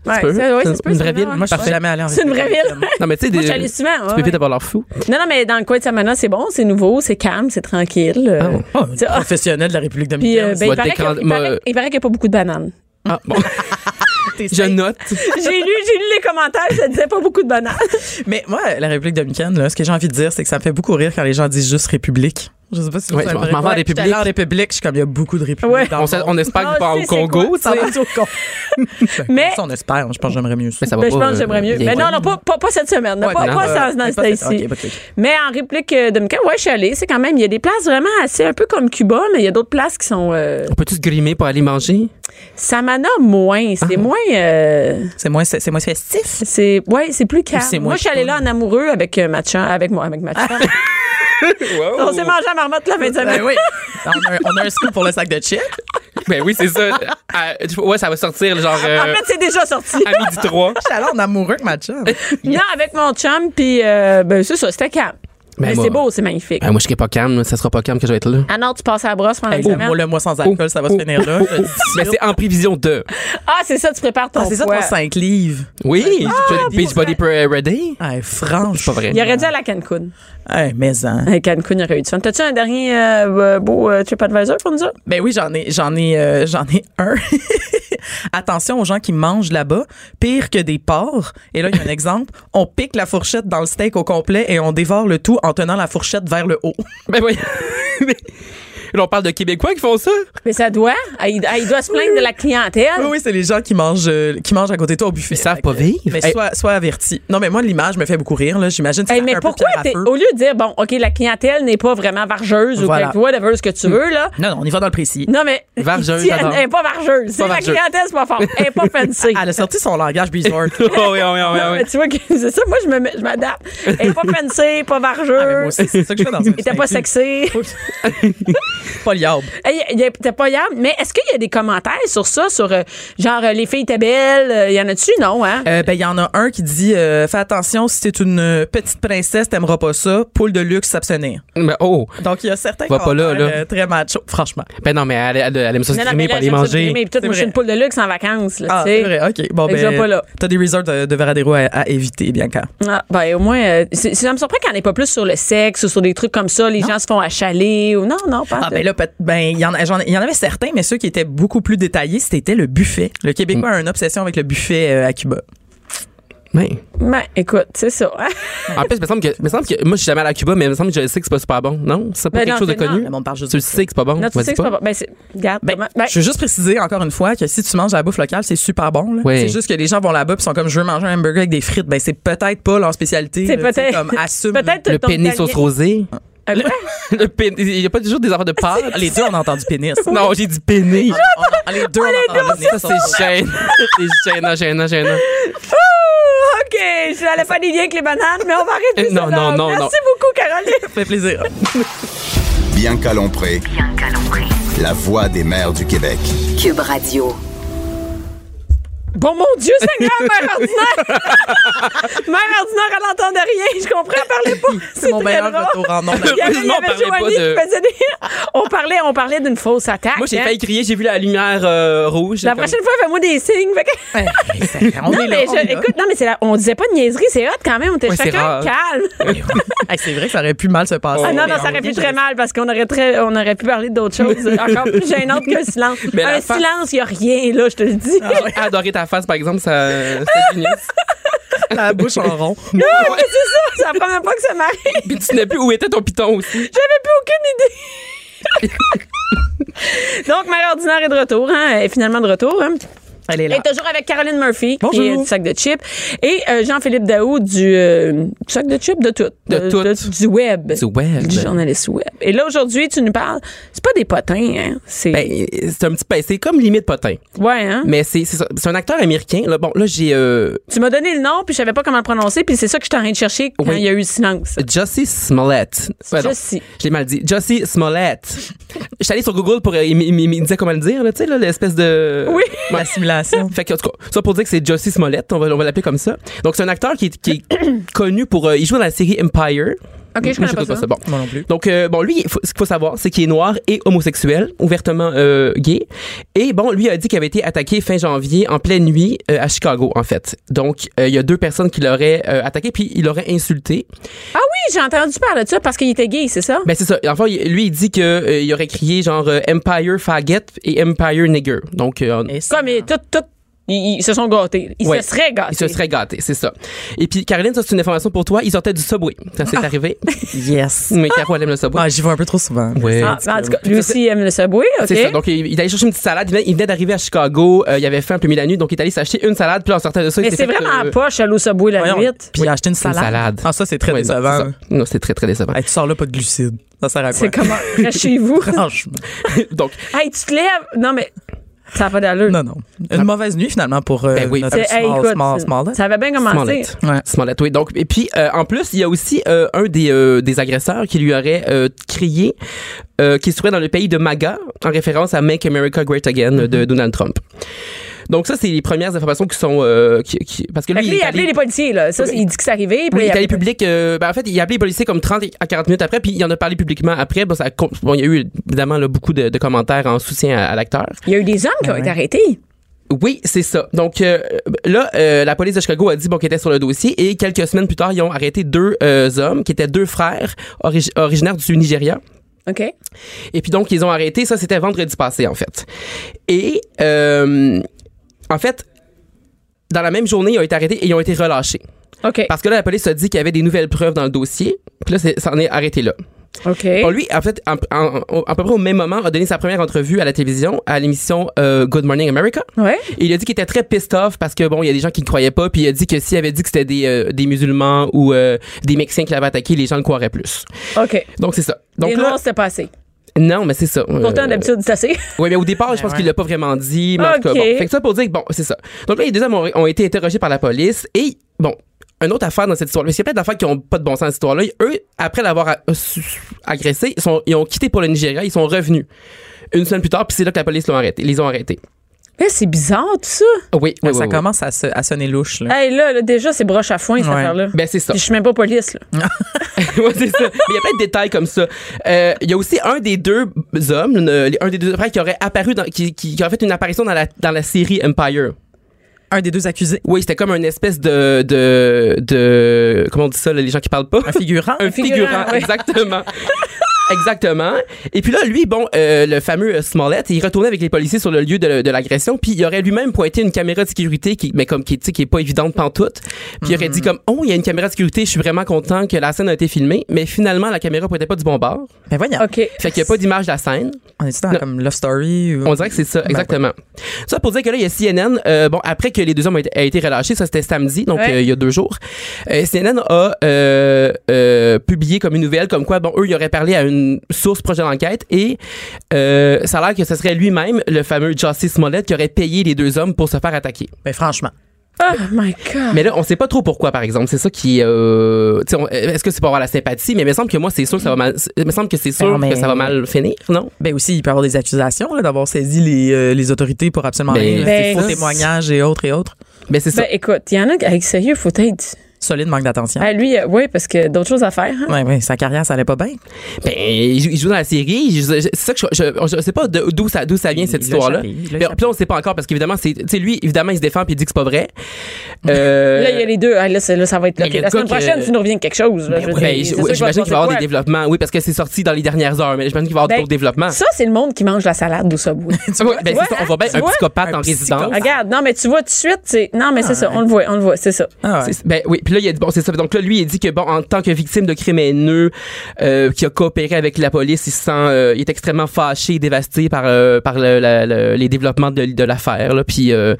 Ouais, peut. ouais, C'est se peut, une ça, vraie non, ville. ouais. Moi, je Je suis Parfait. jamais allé en C'est une vraie République ville. dominicaine. Non, mais tu sais, Moi, des- j'allais souvent, ouais, tu peux ouais. vite avoir leur fou. Non, non, mais dans le coin de Samana, c'est bon, c'est nouveau, c'est calme, c'est tranquille. euh, Ah, Oh, tu sais, ah, professionnel de la République Puis, euh, dominicaine. ben, il Moi, paraît qu'il t'écran- il paraît- moi, il paraît qu'il n'y a pas beaucoup de bananes. Ah, bon. T'es je note. j'ai lu, j'ai lu les commentaires, ça disait pas beaucoup de bananes. Mais moi, la République dominicaine, là, ce que j'ai envie de dire, c'est que ça me fait beaucoup rire quand les gens disent juste République. Je sais pas si vous Ouais, savez. je m'en vais en Ouais, République. j'étais allée en République, je suis comme, il y a beaucoup de Républiques. Ouais. dans On, le s'a- monde. on espère Ah, que pas je au sais, c'est Congo, tu Ça sais. va-tu au con? Mais- Ça, on espère. Je pense que j'aimerais mieux ça. Mais ça va Ben, je pas, pense que euh, j'aimerais mieux. Mais bien. non, non, pas, pas, pas cette semaine. là, Ouais, pas non, pas euh, dans- dans pas cette cette- ici. ok, ok, ok. Mais en réplique euh, dominicaine, ouais, je suis allée. C'est quand même, il y a des places vraiment assez un peu comme Cuba, mais il y a d'autres places qui sont. euh, On peut-tu se grimer pour aller manger? Samana, moins. Ah. C'est moins. euh, C'est moins, c'est c'est moins festif. c'est ouais, c'est plus calme. C'est moins Moi, je suis allée là en amoureux avec euh, ma chum- avec moi, avec ma chum. On s'est mangé à marmotte la fin de semaine. Ben oui. On a, un- on a un scoop pour le sac de chips. Ben oui, c'est ça. À- tu vois, ouais, ça va sortir genre euh, Ah, En fait, c'est déjà sorti. à midi 3. Je suis allée en amoureux avec ma chum. Non, avec mon chum, puis euh, ben c'est ça, c'était calme. Ben, mais moi- c'est beau, c'est magnifique. Ben, moi, je serai pas calme. là. Ça sera pas calme que je vais être là. Ah non, tu passes à la brosse pendant Hey, une le, semaine. mois, le mois sans alcool, ça va se finir là. Je le dis. Mais Ben, c'est en prévision de. Ah, c'est ça, tu prépares ton Ah, oh, c'est ça foie. ton 5 livres. Oui, Ah, Beach Body ben, Ready. Hey, franche. Pas vrai. Il aurait dû aller à Cancun. Hey, mais hein. À Cancun, il aurait eu du fun. T'as-tu un dernier euh, beau euh, TripAdvisor pour nous autres? Ben oui, j'en ai, j'en ai, euh, j'en ai un. Attention aux gens qui mangent là-bas. Pire que des porcs. Et là, il y a un exemple. On pique la fourchette dans le steak au complet et on dévore le tout en tenant la fourchette vers le haut. Ben oui. Mais- Là, on parle de Québécois qui font ça. Mais ça doit. Ah, Il, ah, il doit se plaindre de la clientèle. Oui, oui, c'est les gens qui mangent, euh, qui mangent à côté de toi au buffet. Ils savent Fait pas que- vivre. Mais Hey. sois, sois averti. Non, mais moi, l'image me fait beaucoup rire. Là. J'imagine que Hey, ça fait mais un pourquoi, peu t'es- pierre à feu. au lieu de dire, bon, OK, la clientèle n'est pas vraiment vargeuse Voilà. ou quelque- whatever ce que tu veux, là. Non, non, on y va dans le précis. Non, mais. Vargeuse, ils tiennent- j'adore. Elle n'est pas vargeuse. Ah, C'est la vargeuse. clientèle, c'est pas fort. Elle n'est pas fancy. Elle a sorti son langage bizarre. Oh, oui, oui, Ah oui, Non, mais tu vois que c'est ça. Moi, je me mets- je m'adapte. Elle n'est pas fancy, pas vargeuse. Ah, mais moi aussi, c'est ça que je fais dans un Elle était pas sexy. Pas liable. Hey, y- y- T'es pas hier, mais est-ce qu'il y a des commentaires sur ça, sur euh, genre euh, les filles étaient belles, euh, y en a-tu non hein Euh, ben, il y en a un qui dit euh, Fais attention, si t'es une euh, petite princesse, t'aimeras pas ça. Poule de luxe, s'abstenir. Mais oh. Donc, il y a certains Va pas là, commentaires, là. euh, très macho, franchement. Ben non, mais elle, elle, elle aime ça se grimer pour aller j'aime ça de manger. grimer. Puis tout, C'est moi, je suis vrai. une poule de luxe en vacances, là, Ah, tu sais. c'est vrai, OK. Bon, Fait que je vais pas ben, là. t'as des resorts de, de Varadero à, à éviter, bien quand. Ah, ben, au moins, euh, c'est- ça me surprend qu'il n'y en ait pas plus sur le sexe ou sur des trucs comme ça. Les gens se font achaler ou non, non, pas. Ah, ben là, peut- ben, il y, en a- j'en ai- il y en avait certains, mais ceux qui étaient beaucoup plus détaillés, c'était le buffet. Le Québécois a une obsession avec le buffet euh, à Cuba. Ouais. Ben, écoute, c'est ça. hein. En plus, il me semble que, il me semble que moi, je suis jamais allé à Cuba, mais il me semble que je sais que c'est pas super bon. Non? C'est pas Ben quelque non, chose de c'est- non, connu. Le monde parle juste Tu de le sais que c'est pas bon. Non, tu vas-y sais que c'est pas bon. Ben, c'est- regarde, comment- ben, Je veux juste préciser encore une fois que si tu manges à la bouffe locale, c'est super bon. là. Oui. C'est juste que les gens vont là-bas et sont comme je veux manger un hamburger avec des frites. Ben c'est peut-être pas leur spécialité. c'est là, tu sais, peut-être. comme assume. peut-être Le ton pénis italien- sauce rosée. Ah, ouais? Le pénis. Il y a pas toujours des affaires de pâtes. Ah, Les deux on a entendu pénis. Non, j'ai dit pénis. Ah, On- on- les deux on a entendu Ça, c'est gênant. C'est gênant, gênant, gênant. Ouh, Oh, OK, je n'allais pas des liens avec les bananes, mais on va arrêter Non, ça. non, là. non, Merci non. beaucoup, Caroline. Ça fait plaisir. Bianca Lompré, Bien calompré. la voix des mères du Québec. Cube Radio. Bon, mon Dieu, Seigneur, mère ordinaire! mère ordinaire, elle n'entendait rien. Je comprends, elle parlait pas. C'est mon très meilleur drôle. retour en nom. Il y avait, il y Heureusement, on avait parlait pas Joanie de- qui faisait des... On parlait, on parlait d'une fausse attaque. Moi, j'ai hein. failli crier, j'ai vu la lumière euh, rouge. La Comme- prochaine fois, fais-moi des signes. Fait que- On non, est là. mais on je- est là. écoute, non, mais c'est la- on disait pas de niaiserie, c'est hot quand même. On était Ouais, c'est chacun rare. calme. Hey, c'est vrai que ça aurait pu mal se passer. Ah Oh, non, non, ça aurait pu très mal parce qu'on aurait, très, on aurait pu parler d'autres choses. Encore plus gênante qu'un silence. Mais la Ah, un fa- silence, il n'y a rien, là, je te le dis. J'ai adoré ta face, par exemple, ça. ça finit. La bouche en rond. Ah, mais c'est ça, c'est la première fois que ça m'arrive. J'avais Puis tu n'as plus où était ton piton aussi. plus aucune idée. Donc, Mère ordinaire est de retour, hein, est finalement de retour. hein. Elle est là. Et toujours avec Caroline Murphy, Bonjour. qui est du sac de chips, et euh, Jean-Philippe Daou du, euh, du sac de chips de tout. De tout. du web. Du web. Du journaliste web. Et là, aujourd'hui, tu nous parles, c'est pas des potins, hein? C'est. Ben, c'est un petit peu, c'est comme limite potin. ouais, hein? Mais c'est c'est ça. C'est un acteur américain. Là, bon, là, j'ai euh, Tu m'as donné le nom, puis je savais pas comment le prononcer, puis c'est ça que je suis en train de chercher quand Oui. Euh, il y a eu le silence. Jussie Smollett. Ouais, non, Jussie. Je l'ai mal dit. Jussie Smollett. Je suis allé sur Google pour. euh, Il, me- il me- il me disait comment le dire, là, tu sais, là, l'espèce de. Oui. Ouais. La simulation. Fait que, en tout cas, ça pour dire que c'est Jussie Smollett, on va, on va l'appeler comme ça. Donc, c'est un acteur qui est, qui est connu pour. euh, il joue dans la série Empire. Ok, je Moi, connais pas connais ça. Bon. Moi non plus. Donc, euh, bon, lui, il faut- ce qu'il faut savoir, c'est qu'il est noir et homosexuel, ouvertement euh, gay. Et bon, lui a dit qu'il avait été attaqué fin janvier, en pleine nuit, euh, à Chicago, en fait. Donc, euh, il y a deux personnes qui l'auraient euh, attaqué, puis il l'aurait insulté. Ah oui, j'ai entendu parler de ça parce qu'il était gay, c'est ça? Ben, c'est ça. Enfin, il- lui, il dit que euh, il aurait crié genre euh, Empire faggot et Empire nigger. Donc, euh, Et c'est- Comme, et tout, tout, ils, ils se sont gâtés. Ils Ouais. se seraient gâtés. il se serait gâté, c'est ça. Et puis, Caroline, ça, c'est une information pour toi. Il sortait du Subway. Ça, c'est arrivé. Yes. Mais Caro, elle aime le Subway. Ah, j'y vais un peu trop souvent. Ouais. Ah, en tout cas, lui aussi il aime le Subway, OK? C'est ça. Donc, il, il allait chercher une petite salade. Il venait, il venait d'arriver à Chicago. euh, il avait faim un peu mis la nuit. Donc, il est allé s'acheter une salade. Puis, là, en sortant de ça, Mais il s'est c'est fait, vraiment euh, à poche, aller au Subway la Voyons, nuit. Puis acheter une salade. salade. Ah, ça, c'est très ouais, non, décevant. c'est ça. Non, c'est très, très décevant. Hey, tu sors là, pas de glucides. Ça sert à quoi? C'est comment? Reste chez vous. Franchement. donc, hey, tu te lèves. Non, mais ça n'a pas d'allure. Non, non. Une mauvaise nuit, finalement, pour euh, Ben oui. notre C'est- small, hey, écoute, small, small. ça avait bien commencé. Smollett. Ouais. Smollett, oui. Donc, et puis, euh, en plus, il y a aussi euh, un des, euh, des agresseurs qui lui aurait euh, crié euh, qu'il se trouvait dans le pays de MAGA, en référence à Make America Great Again de Mm-hmm. Donald Trump. Donc, ça, c'est les premières informations qui sont. euh, qui- qui- parce que Fait lui, que il lui, il est a appelé allé- les policiers, là. Ça, c'est- il dit que c'est arrivé. puis Oui, il là, est il a- allé public. euh, ben, en fait, il a appelé les policiers comme 30 à 40 minutes après, puis il en a parlé publiquement après. Bon, ça a con- bon, il y a eu évidemment là, beaucoup de, de commentaires en soutien à, à l'acteur. il y a eu des hommes qui ont été arrêtés. Oui, c'est ça. Donc euh, là, euh, la police de Chicago a dit bon, qu'elle était sur le dossier et quelques semaines plus tard, ils ont arrêté deux euh, hommes qui étaient deux frères origi- originaires du Nigeria. OK? Et puis donc, ils ont arrêté. Ça, c'était vendredi passé, en fait. Et euh, en fait, dans la même journée, ils ont été arrêtés et ils ont été relâchés. OK. Parce que là, la police a dit qu'il y avait des nouvelles preuves dans le dossier. Puis là, c'est- ça en est arrêté là. OK. Bon, lui, en fait, en- en- en- à peu près au même moment, a donné sa première entrevue à la télévision, à l'émission euh, Good Morning America. Ouais. Et il a dit qu'il était très pissed off parce que bon, il y a des gens qui ne croyaient pas, puis il a dit que s'il avait dit que c'était des, euh, des musulmans ou euh, des Mexicains qui l'avaient attaqué, les gens le croiraient plus. OK. Donc c'est ça. Donc Et là, non, c'était pas assez. non, mais c'est ça. Pourtant, Euh, d'habitude, c'est assez. oui, mais au départ, Ben je pense qu'il l'a pas vraiment dit. Mais en tout cas, Ok. bon. Fait que ça pour dire que, bon, c'est ça. Donc là, les deux hommes ont, ont été interrogés par la police et, bon, une autre affaire dans cette histoire-là, parce qu'il y a plein d'affaires qui ont pas de bon sens dans cette histoire-là. Eux, après l'avoir a- euh, su- agressé, ils, sont- ils ont quitté pour le Nigeria, ils sont revenus. Une semaine plus tard, puis c'est là que la police l'ont arrêté, les ont arrêtés. Mais c'est bizarre, tout ça. Oui, oui, Ah, ça oui, oui. commence à, se- à sonner louche, là. Hey, là, là, déjà, c'est broche à foin, cette Ouais. affaire-là. Ben, c'est ça. Puis je suis même pas police, là. Ouais, c'est ça. Mais il y a plein de détails comme ça. Euh, Il y a aussi un des deux hommes, euh, un des deux frères qui aurait apparu, dans, qui, qui, qui aurait fait une apparition dans la, dans la série Empire. Un des deux accusés. Oui, c'était comme une espèce de, de, de. Comment on dit ça, là, les gens qui parlent pas? Un figurant. Un Ben, figurant, figurant, oui. exactement. exactement. Et puis là, lui, bon, euh, le fameux euh, Smollett, il retournait avec les policiers sur le lieu de, de l'agression, puis il aurait lui-même pointé une caméra de sécurité, qui, mais comme qui, tu sais, qui est pas évidente pantoute. Puis il aurait dit comme, oh, il y a une caméra de sécurité, je suis vraiment content que la scène a été filmée, mais finalement, la caméra pointait pas du bon bord. Ben voyons. OK. Fait qu'il n'y a pas d'image de la scène. On est dans Non. comme Love Story ou... On dirait que c'est ça, Ben exactement. Ça pour dire que là, il y a CNN. euh, bon, après que les deux hommes ont été, a été relâchés, ça c'était samedi, donc Ouais. euh, il y a deux jours. euh, CNN a euh, euh, publié comme une nouvelle, comme quoi, bon, eux, ils auraient parlé à une source proche de l'enquête et euh, ça a l'air que ce serait lui-même, le fameux Justice Smollett, qui aurait payé les deux hommes pour se faire attaquer. Ben franchement. Oh my God. Mais là, on sait pas trop pourquoi, par exemple. C'est ça qui, euh, tu sais, on- est-ce que c'est pour avoir la sympathie Mais il me semble que moi, c'est sûr que ça va mal. Il me semble que c'est sûr Ben Non, mais- que ça va mal finir, non Ben aussi, il peut y avoir des accusations là, d'avoir saisi les, euh, les autorités pour absolument Ben, rien. là. ben, Des faux ça, témoignages et autres et autres. Mais c'est ça. Ben, écoute, il y en a qui, avec sérieux, faut être. Solide manque d'attention. Ah, lui, euh, oui, parce que d'autres choses à faire. hein. Ouais, ouais, sa carrière, ça allait pas bien. Ben, il joue, il joue dans la série. Je- je- C'est ça que je, je, je sais pas de- d'où ça, d'où ça vient Il cette l'a histoire-là. échappé, il l'a Mais échappé. puis là, on sait pas encore parce qu'évidemment, c'est, tu sais, lui, évidemment, il se défend puis il dit que c'est pas vrai. Euh, Là, il y a les deux. Ah, là, c'est- là, ça va être Mais bloqué. le La semaine gars que- prochaine, tu nous reviens avec quelque chose. là, je veux ben, dire, je- c'est sûr ouais, qu'il va se j'imagine qu'il va y avoir des passer de quoi. développements. Oui, parce que c'est sorti dans les dernières heures, mais j'imagine qu'il va y avoir Ben, d'autres développements. Ça, hein? c'est le monde qui mange la salade au Subway. Tu vois, ben, tu c'est ça, vois, on voit bien tu un vois? psychopathe Un en résidence. psychopathe. Ah, Regarde, non, mais tu vois tout de suite. c'est- Non, mais c'est ça. On le voit, on le voit, c'est ça. Ah ouais. C'est- Ben oui, puis là, il a dit, bon, c'est ça. Donc là, lui, il dit que, bon, en tant que victime de crimes haineux, euh, qui a coopéré avec la police, il se sent, euh, il est extrêmement fâché et dévasté par, euh, par le- la- le- les développements de, de l'affaire, là. Puis, euh,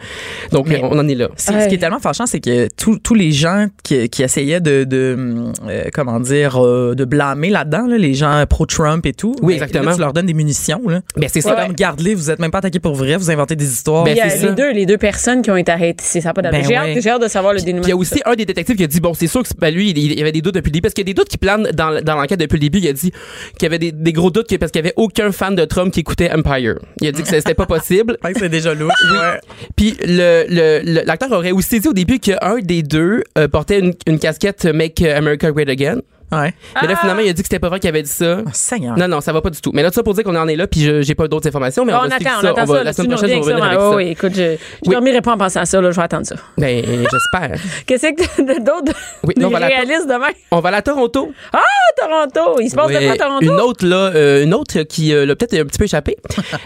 donc, Mais- on en est là. Ce qui- ce qui est tellement fâchant, c'est que tous tous les gens qui, qui essayaient de, de, hum, euh, comment dire, euh, de blâmer là-dedans, là, les gens pro-Trump et tout. Oui, ben, exactement. là, tu leur donnes des munitions. Là. Ben, c'est C'est ça. comme, garde-les, vous êtes même pas attaqués pour vrai, vous inventez des histoires. Ben, Il y a c'est les ça. deux, les deux personnes qui ont été arrêtées. C'est ça, a pas d'allure. Ben j'ai, ouais. hâte, j'ai hâte de savoir le Puis dénouement. il y a de aussi ça. un des détectives qui a dit bon c'est sûr que c'est- ben, lui il, il y avait des doutes depuis le début parce qu'il y a des doutes qui planent dans, l- dans l'enquête depuis le début il a dit qu'il y avait des, des gros doutes que- parce qu'il y avait aucun fan de Trump qui écoutait Empire il a dit que c'était pas possible Ouais, c'est déjà louche. ouais. puis le, le- le- l'acteur aurait aussi dit au début qu'un des deux euh, portait une, une casquette Make America Great Again Ouais. mais Ah! là finalement il a dit que c'était pas vrai qu'il avait dit ça Oh, Seigneur. non non ça va pas du tout mais là tout ça pour dire qu'on en est là puis je- j'ai pas d'autres informations mais Bon, on, on va suivre attend, on ça. attend On va- ça. la là, tu semaine nous prochaine on reviens va avec ça. revenir avec Ouais, ça ouais, écoute, je, je Oui. dormirai pas en pensant à ça. Là, je vais attendre ça. ben j'espère Qu'est-ce que d'autres Oui, non, voilà. réalistes demain? on va aller à Toronto Ah, Toronto! Il se passe Ouais, de quoi à Toronto? Une autre, là, euh, une autre qui euh, l'a peut-être un petit peu échappé.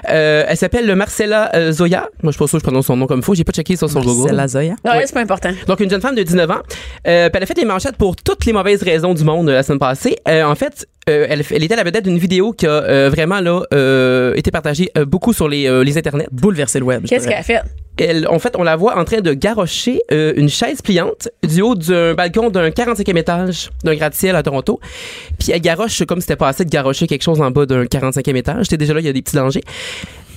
Euh, elle s'appelle Marcella euh, Zoya. Moi, je suis pas sûre que je prononce son nom comme il faut. J'ai pas checké sur son logo. C'est la Zoya. Non, c'est pas important. Donc, une jeune femme de 19 ans. Euh, puis elle a fait les manchettes pour toutes les mauvaises raisons du monde euh, la semaine passée. Euh, en fait, euh, elle, elle était à la vedette d'une vidéo qui a euh, vraiment là, euh, été partagée euh, beaucoup sur les, euh, les internets. Bouleverser le web. je Qu'est-ce dirais. qu'elle a fait? Elle, en fait, on la voit en train de garrocher euh, une chaise pliante du haut d'un balcon d'un 45e étage d'un gratte-ciel à Toronto. Puis elle garoche comme si c'était pas assez de garrocher quelque chose en bas d'un 45e étage. J'étais déjà là, il y a des petits dangers.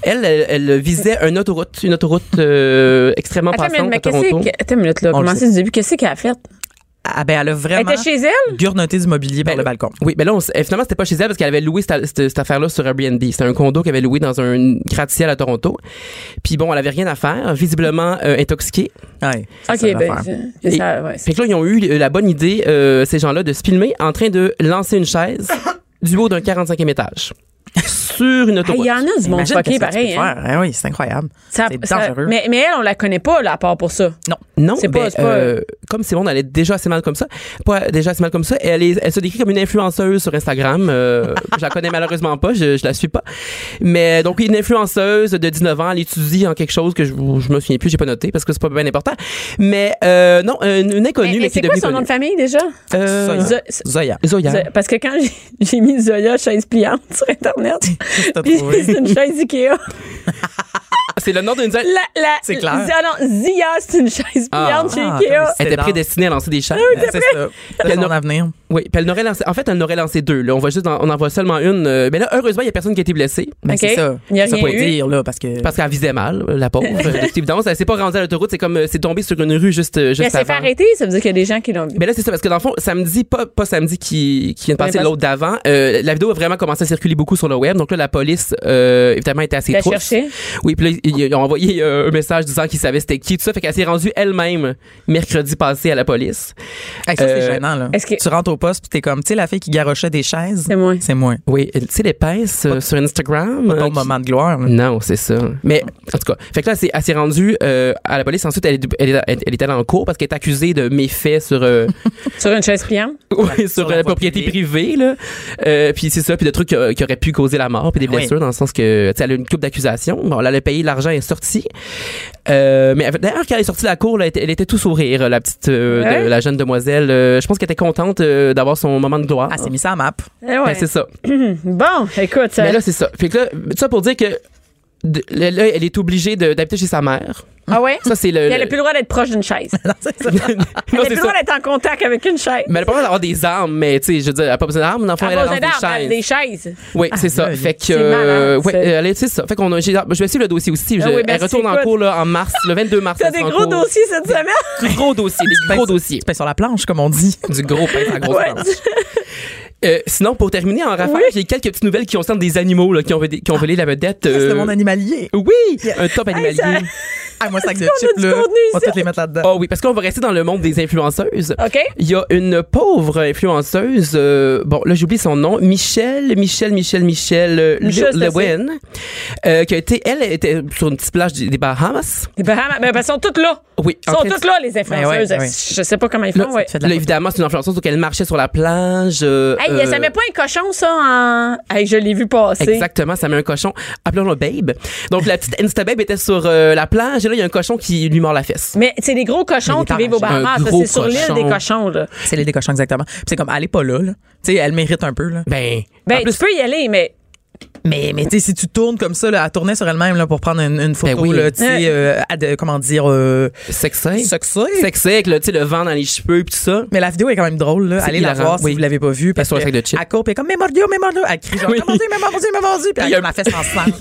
Elle, elle, elle visait une autoroute, une autoroute euh, extrêmement Attends, mais, passante mais à qu'est-ce Toronto. que- Attends une minute, là. On le Commencez sait. du début. Qu'est-ce qu'elle a fait? Ah, ben, elle a Elle vraiment était chez elle? gurnoté du mobilier par Ben, le balcon. Oui, mais là, on s- eh, finalement, c'était pas chez elle parce qu'elle avait loué cette, cette- cette affaire-là sur Airbnb. C'était un condo qu'elle avait loué dans un gratte-ciel à Toronto. Puis bon, elle avait rien à faire, visiblement euh, intoxiquée. Ouais, c'est OK, ça ben, l'affaire. c'est- c'est Et- ça, ouais, c'est- Fait que là, ils ont eu euh, la bonne idée, euh, ces gens-là, de se filmer en train de lancer une chaise du haut d'un 45e étage sur une Ah, autoroute. Il y en a du monde Imagine choqué, qu'est-ce que tu peux pareil. hein. faire. Ah oui, c'est incroyable. Ça- C'est ça- dangereux. mais, mais elle, on la connaît pas, là, à part pour ça. Non. Non, C'est ben, pas- c'est pas- euh, comme Simone, elle est déjà assez mal comme ça. Pas déjà assez mal comme ça. Elle, est- elle se décrit comme une influenceuse sur Instagram. Euh, je la connais malheureusement pas, je, je la suis pas. Mais donc, une influenceuse de 19 ans, elle étudie en quelque chose que je, je me souviens plus, j'ai pas noté parce que c'est pas bien important. Mais euh, non, une, une inconnue, Mais- mais, mais qui c'est est quoi devenue son nom de connue. famille, déjà? Euh, Zoya. Zo- Zoya. Zoya. Zo- Parce que quand j'ai- j'ai mis Zoya chaise pliante sur Internet, t'as puis trouvé? c'est une chaise Ikea. Ah, C'est le nom d'une... La, la, C'est clair. Zia- non, Zia, c'est une chaise pliante Ah. chez Ah, Ikea. attendez, Elle C'est était dans- prédestinée à lancer des chaises. Euh, C'est ça. C'est Qu'elle son n'a- avenir. Oui, puis elle n'aurait lancé. En fait, elle n'aurait lancé deux. Là, on va juste, en, on en voit seulement une. euh, Mais là, heureusement, il y a personne qui a été blessée Ben, OK. c'est ça. Il y a ça rien peut eu. dire, là, parce que. parce qu'elle visait mal, euh, la pauvre. Euh, C'est évident, elle s'est pas rendue à l'autoroute. C'est comme euh, c'est tombé sur une rue juste, euh, juste Mais elle s'est fait avant. arrêter, ça veut dire qu'il y a des gens qui l'ont vu. Mais là, c'est ça, parce que dans le fond, samedi, pas, pas samedi qui, qui vient de Mais passer, pas- l'autre d'avant, euh, la vidéo a vraiment commencé à circuler beaucoup sur le web. Donc là, la police, euh, évidemment, était assez La trousse. cherchait? Oui, puis là, ils, ils ont envoyé euh, un message disant qu'ils savaient c'était qui, tout ça. Fait qu'elle s'est rendue elle-même mercredi passé à la police. Hey, ça, c'est Euh, gênant, là. est-ce que- Tu rentres au poste, puis t'es comme, tu sais, la fille qui garochait des chaises. C'est moi. C'est moi. Oui, euh, tu sais, l'épaisse euh, sur Instagram. euh, Ton qui- moment de gloire. là. Non, c'est ça. Mais en tout cas, fait que là, elle s'est- elle s'est rendue euh, à la police. Ensuite, elle est, elle, est- elle est allée en cours parce qu'elle est accusée de méfaits sur euh, Sur une chaise pliante? oui, sur, sur la la voie propriété privée. là. Euh, puis c'est ça, puis de trucs qui, a- qui auraient pu causer la mort, puis des Ah Oui. blessures, dans le sens que tu sais, elle a une coupe d'accusations. Bon, là, elle a payé l'argent, elle est sortie. Euh, mais elle- d'ailleurs, quand elle est sortie de la cour, là, elle, était, elle était tout sourire, la petite, euh, de- Ouais. la jeune demoiselle. Euh, je pense qu'elle était contente euh, d'avoir son moment de gloire. Ah, c'est mis ça à map. Eh ouais. Ben, c'est ça. Bon, écoute, euh, ça- Mais là, c'est ça. Fait que là, ça pour dire que de- là, là, elle est obligée de- d'habiter chez sa mère. ah ouais? Ça, c'est le. Puis elle n'a plus le droit d'être proche d'une chaise. Elle Non, n'a plus c'est le ça. droit d'être en contact avec une chaise. Mais elle a pas besoin d'avoir des armes, mais tu sais, je veux dire, elle a pas besoin d'armes, l'enfant, Elle elle a a besoin des d'armes, elle a chaises. des chaises. Oui, c'est ça. là, Fait que. c'est malade, euh, ouais, ça. euh, elle est- c'est ça. Fait qu'on a, j'ai- je vais suivre le dossier aussi. Je, Ah oui, elle merci, retourne en écoute. cours, là, en mars, le 22 mars. T'as elle des sera en gros cours. dossiers cette semaine? Du gros dossier, des gros dossiers. Tu pèses Ben, sur la planche, comme on dit. Du gros pain, à grosse Ouais. planche. Euh, sinon, pour terminer en rafale, Oui. Ah. j'ai quelques petites nouvelles qui concernent des animaux là, qui ont, vedé- qui ont volé la vedette. C'est euh, le monde animalier. oui, un top animalier. ça- Ah, moi, sac de qu'on a chips, du là. contenu On va ici? toutes les mettre là-dedans. Oh oui, parce qu'on va rester dans le monde des influenceuses. OK. Il y a une pauvre influenceuse, euh, bon là j'oublie son nom, Michelle, Michelle, Michelle, Michelle euh, Michelle, c'est Lewin, euh, qui a été, elle était sur une petite plage des des Bahamas. Les Bahamas, ben, elles sont toutes là. Oui, Ils en sont fait, toutes là, les influenceuses. Ben ouais, ouais. Je sais pas comment ils font. Là, ouais. fait de la là, faute. évidemment, c'est une influenceuse, donc elle marchait sur la plage. euh, Hey, euh, ça met pas un cochon, ça, en. Hey, je l'ai vu passer. Exactement, ça met un cochon. Appelons-le Babe. Donc, la petite Insta Babe était sur euh, la plage et là, il y a un cochon qui lui mord la fesse. Mais c'est des gros cochons Il est qui vivent au enragé. Bahamas. Un ça, gros C'est sur l'île cochon. des cochons, là. C'est les décochons, exactement. Puis c'est comme, elle est pas là, là. Tu sais, elle mérite un peu, là. Ben, Ben, en plus, tu peux y aller, mais. Mais, mais tu sais, si tu tournes comme ça, là, elle tournait sur elle-même, là, pour prendre une, une photo, Ben oui. là, tu sais, euh, à de- comment dire, euh, sexy. succès. Sexy avec le, tu sais, le vent dans les cheveux et tout ça. Mais la vidéo est quand même drôle, là. C'est Allez la hilarant, voir si oui. vous l'avez pas vue. Parce sur que le sac de chips. Elle coupe et comme, mais mordio, mais mordio. Elle crie genre, Oui. mon Dieu, mais mordu, mais mordu. Puis Il y elle a- a la fesse en sang.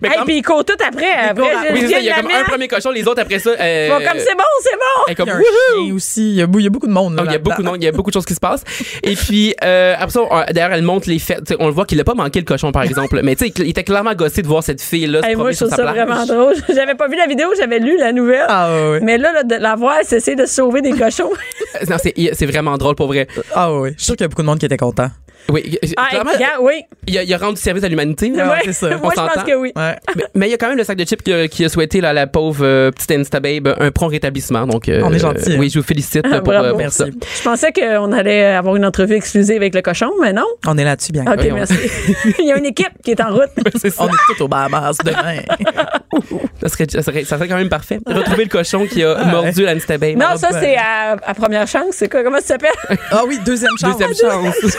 Mais Hey, comme- puis ils courent tout après. après Oui, je- je c'est viens ça, il y a de comme la un mettre. premier cochon, les autres après ça. euh, Ils font comme c'est bon, c'est bon. elle est Il comme, y a un Wouhou! chien aussi. Il y a beau- il y a beaucoup de monde, là. Ah, Il y a là-dedans. beaucoup de monde, il y a beaucoup de choses qui se passent. Et puis euh, après ça, on- d'ailleurs, elle monte les fêtes. T'sais, on le voit qu'il a pas manqué le cochon par exemple, mais tu sais, il était clairement gossé de voir cette fille là se Hey, moi, promener je sur trouve sa ça plage. vraiment drôle. J'avais pas vu la vidéo, j'avais lu la nouvelle. Ah, ouais, ouais. Mais là, là, de la voir cesser de sauver des cochons. Non, c'est c'est vraiment drôle pour vrai. Ah, ouais, ouais. Je suis sûr qu'il y a beaucoup de monde qui était content. Oui, ah, clairement, regarde, oui. il a, il a rendu service à l'humanité. Ah, Ouais. c'est ça. Moi, On je pense s'entend. que oui. Ouais. Mais- Mais il y a quand même le sac de chips qui a, qui a souhaité là, à la pauvre euh, petite Instababe un prompt rétablissement. Donc, euh, On est gentil, hein. Oui, je vous félicite Ah, pour, bravo. euh, pour Merci. ça. Je pensais qu'on allait avoir une entrevue exclusive avec le cochon, mais non. On est là-dessus, bien. OK, Voyons. merci. Il y a une équipe qui est en route. C'est ça. On est tout au Bahamas demain. Ça serait, ça, serait, ça serait quand même parfait. Retrouver le cochon qui a mordu l'Instababe. Non, ça, c'est euh, à, à première chance. C'est quoi? Comment ça s'appelle? Ah oui, deuxième chance. Deuxième chance.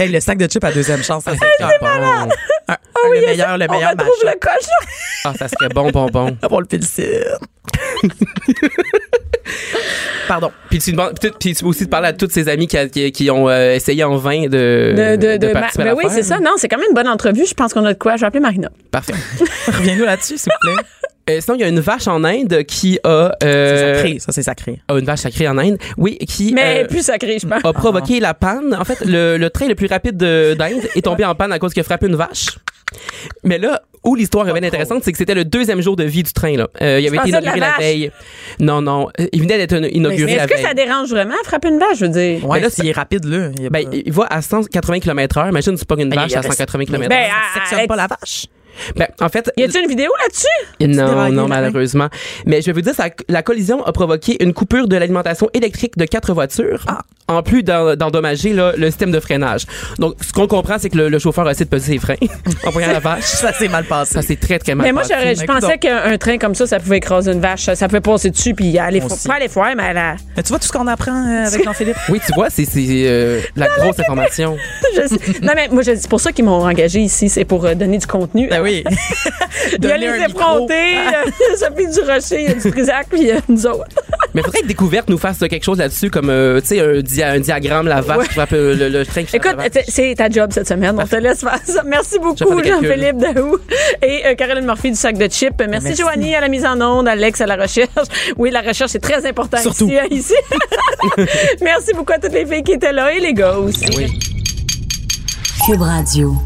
Hey, le sac de chips à deuxième chance, ça, c'est bon. Ah, un- un le meilleur, le Ah On meilleur retrouve match. le cochon. Ah, ça serait bon, bon, bon. On le félicite. Pardon. Puis tu, demandes- puis tu- puis tu peux aussi te parler à tous ces amis qui, qui- qui ont euh, essayé en vain de, Euh, De, de, de, participer à mais oui, l'affaire. c'est ça. Non, c'est quand même une bonne entrevue. Je pense qu'on a de quoi. Je vais appeler Marina. Parfait. Reviens-nous là-dessus, s'il vous plaît. Euh, sinon, il y a une vache en Inde qui a... C'est euh, sacré, ça, c'est sacré. ah, une vache sacrée en Inde. Oui, qui... Mais euh, plus sacré, je pense. a Ah. provoqué la panne. En fait, le, le train le plus rapide de- d'Inde est tombé en panne à cause qu'il a frappé une vache. Mais là, où l'histoire est bien intéressante, c'est que c'était le deuxième jour de vie du train. Là. Euh, il avait été pensais Ah, de la inauguré la, vache. veille. Non, non. euh, Il venait d'être Mais inauguré la est-ce que veille. ça dérange vraiment frapper une vache? Je veux dire. Ouais, là, là, s'il est rapide, là. il y a Ben, pas- il va à 180 km/h. Imagine, tu pognes une Ben, vache il à reste- 180 km/h. Ben, ça ah, sectionne ah, pas la vache. Ben, en fait, Y a-t-il une vidéo là-dessus? non, déraillé, non, là, malheureusement. Mais je vais vous dire, ça- la collision a provoqué une coupure de l'alimentation électrique de quatre voitures, en plus d'en- d'endommager là, le système de freinage. Donc, ce qu'on comprend, c'est que le, le chauffeur a essayé de peser ses freins en voyant la vache. Ça s'est mal passé. Ça s'est très, très mal Mais moi, passé. j'aurais- je mais pensais qu'un train comme ça, ça pouvait écraser une vache. Ça pouvait passer dessus puis aller Moi fo- aussi. pas aller foire, mais la... Mais tu vois tout ce qu'on apprend euh, avec Jean-Philippe? Oui, tu vois, c'est c'est, euh, la grosse information. Je sais- Non, mais moi, je- c'est pour ça qu'ils m'ont engagé ici. C'est pour euh, donner du contenu. Ben oui. Il y a Donner les un micro. effrontés, euh, Sophie Durocher, il y a du Trisac, puis euh, nous autres. Mais faudrait que Découverte nous fasse euh, quelque chose là-dessus, comme, euh, tu sais, un, dia- un diagramme, la vache qui frappe euh, le, le train qui frappe Écoute, la vache. c'est- c'est ta job cette semaine. On te laisse faire ça. Merci Je vais faire beaucoup, des calculs. Jean-Philippe Daou et euh, Caroline Murphy du sac de chips. Merci, Merci. Joanie à la mise en onde, Alex à la recherche. Oui, la recherche est très importante Surtout. ici. hein, ici. Merci beaucoup à toutes les filles qui étaient là et les gars aussi. Cube Radio.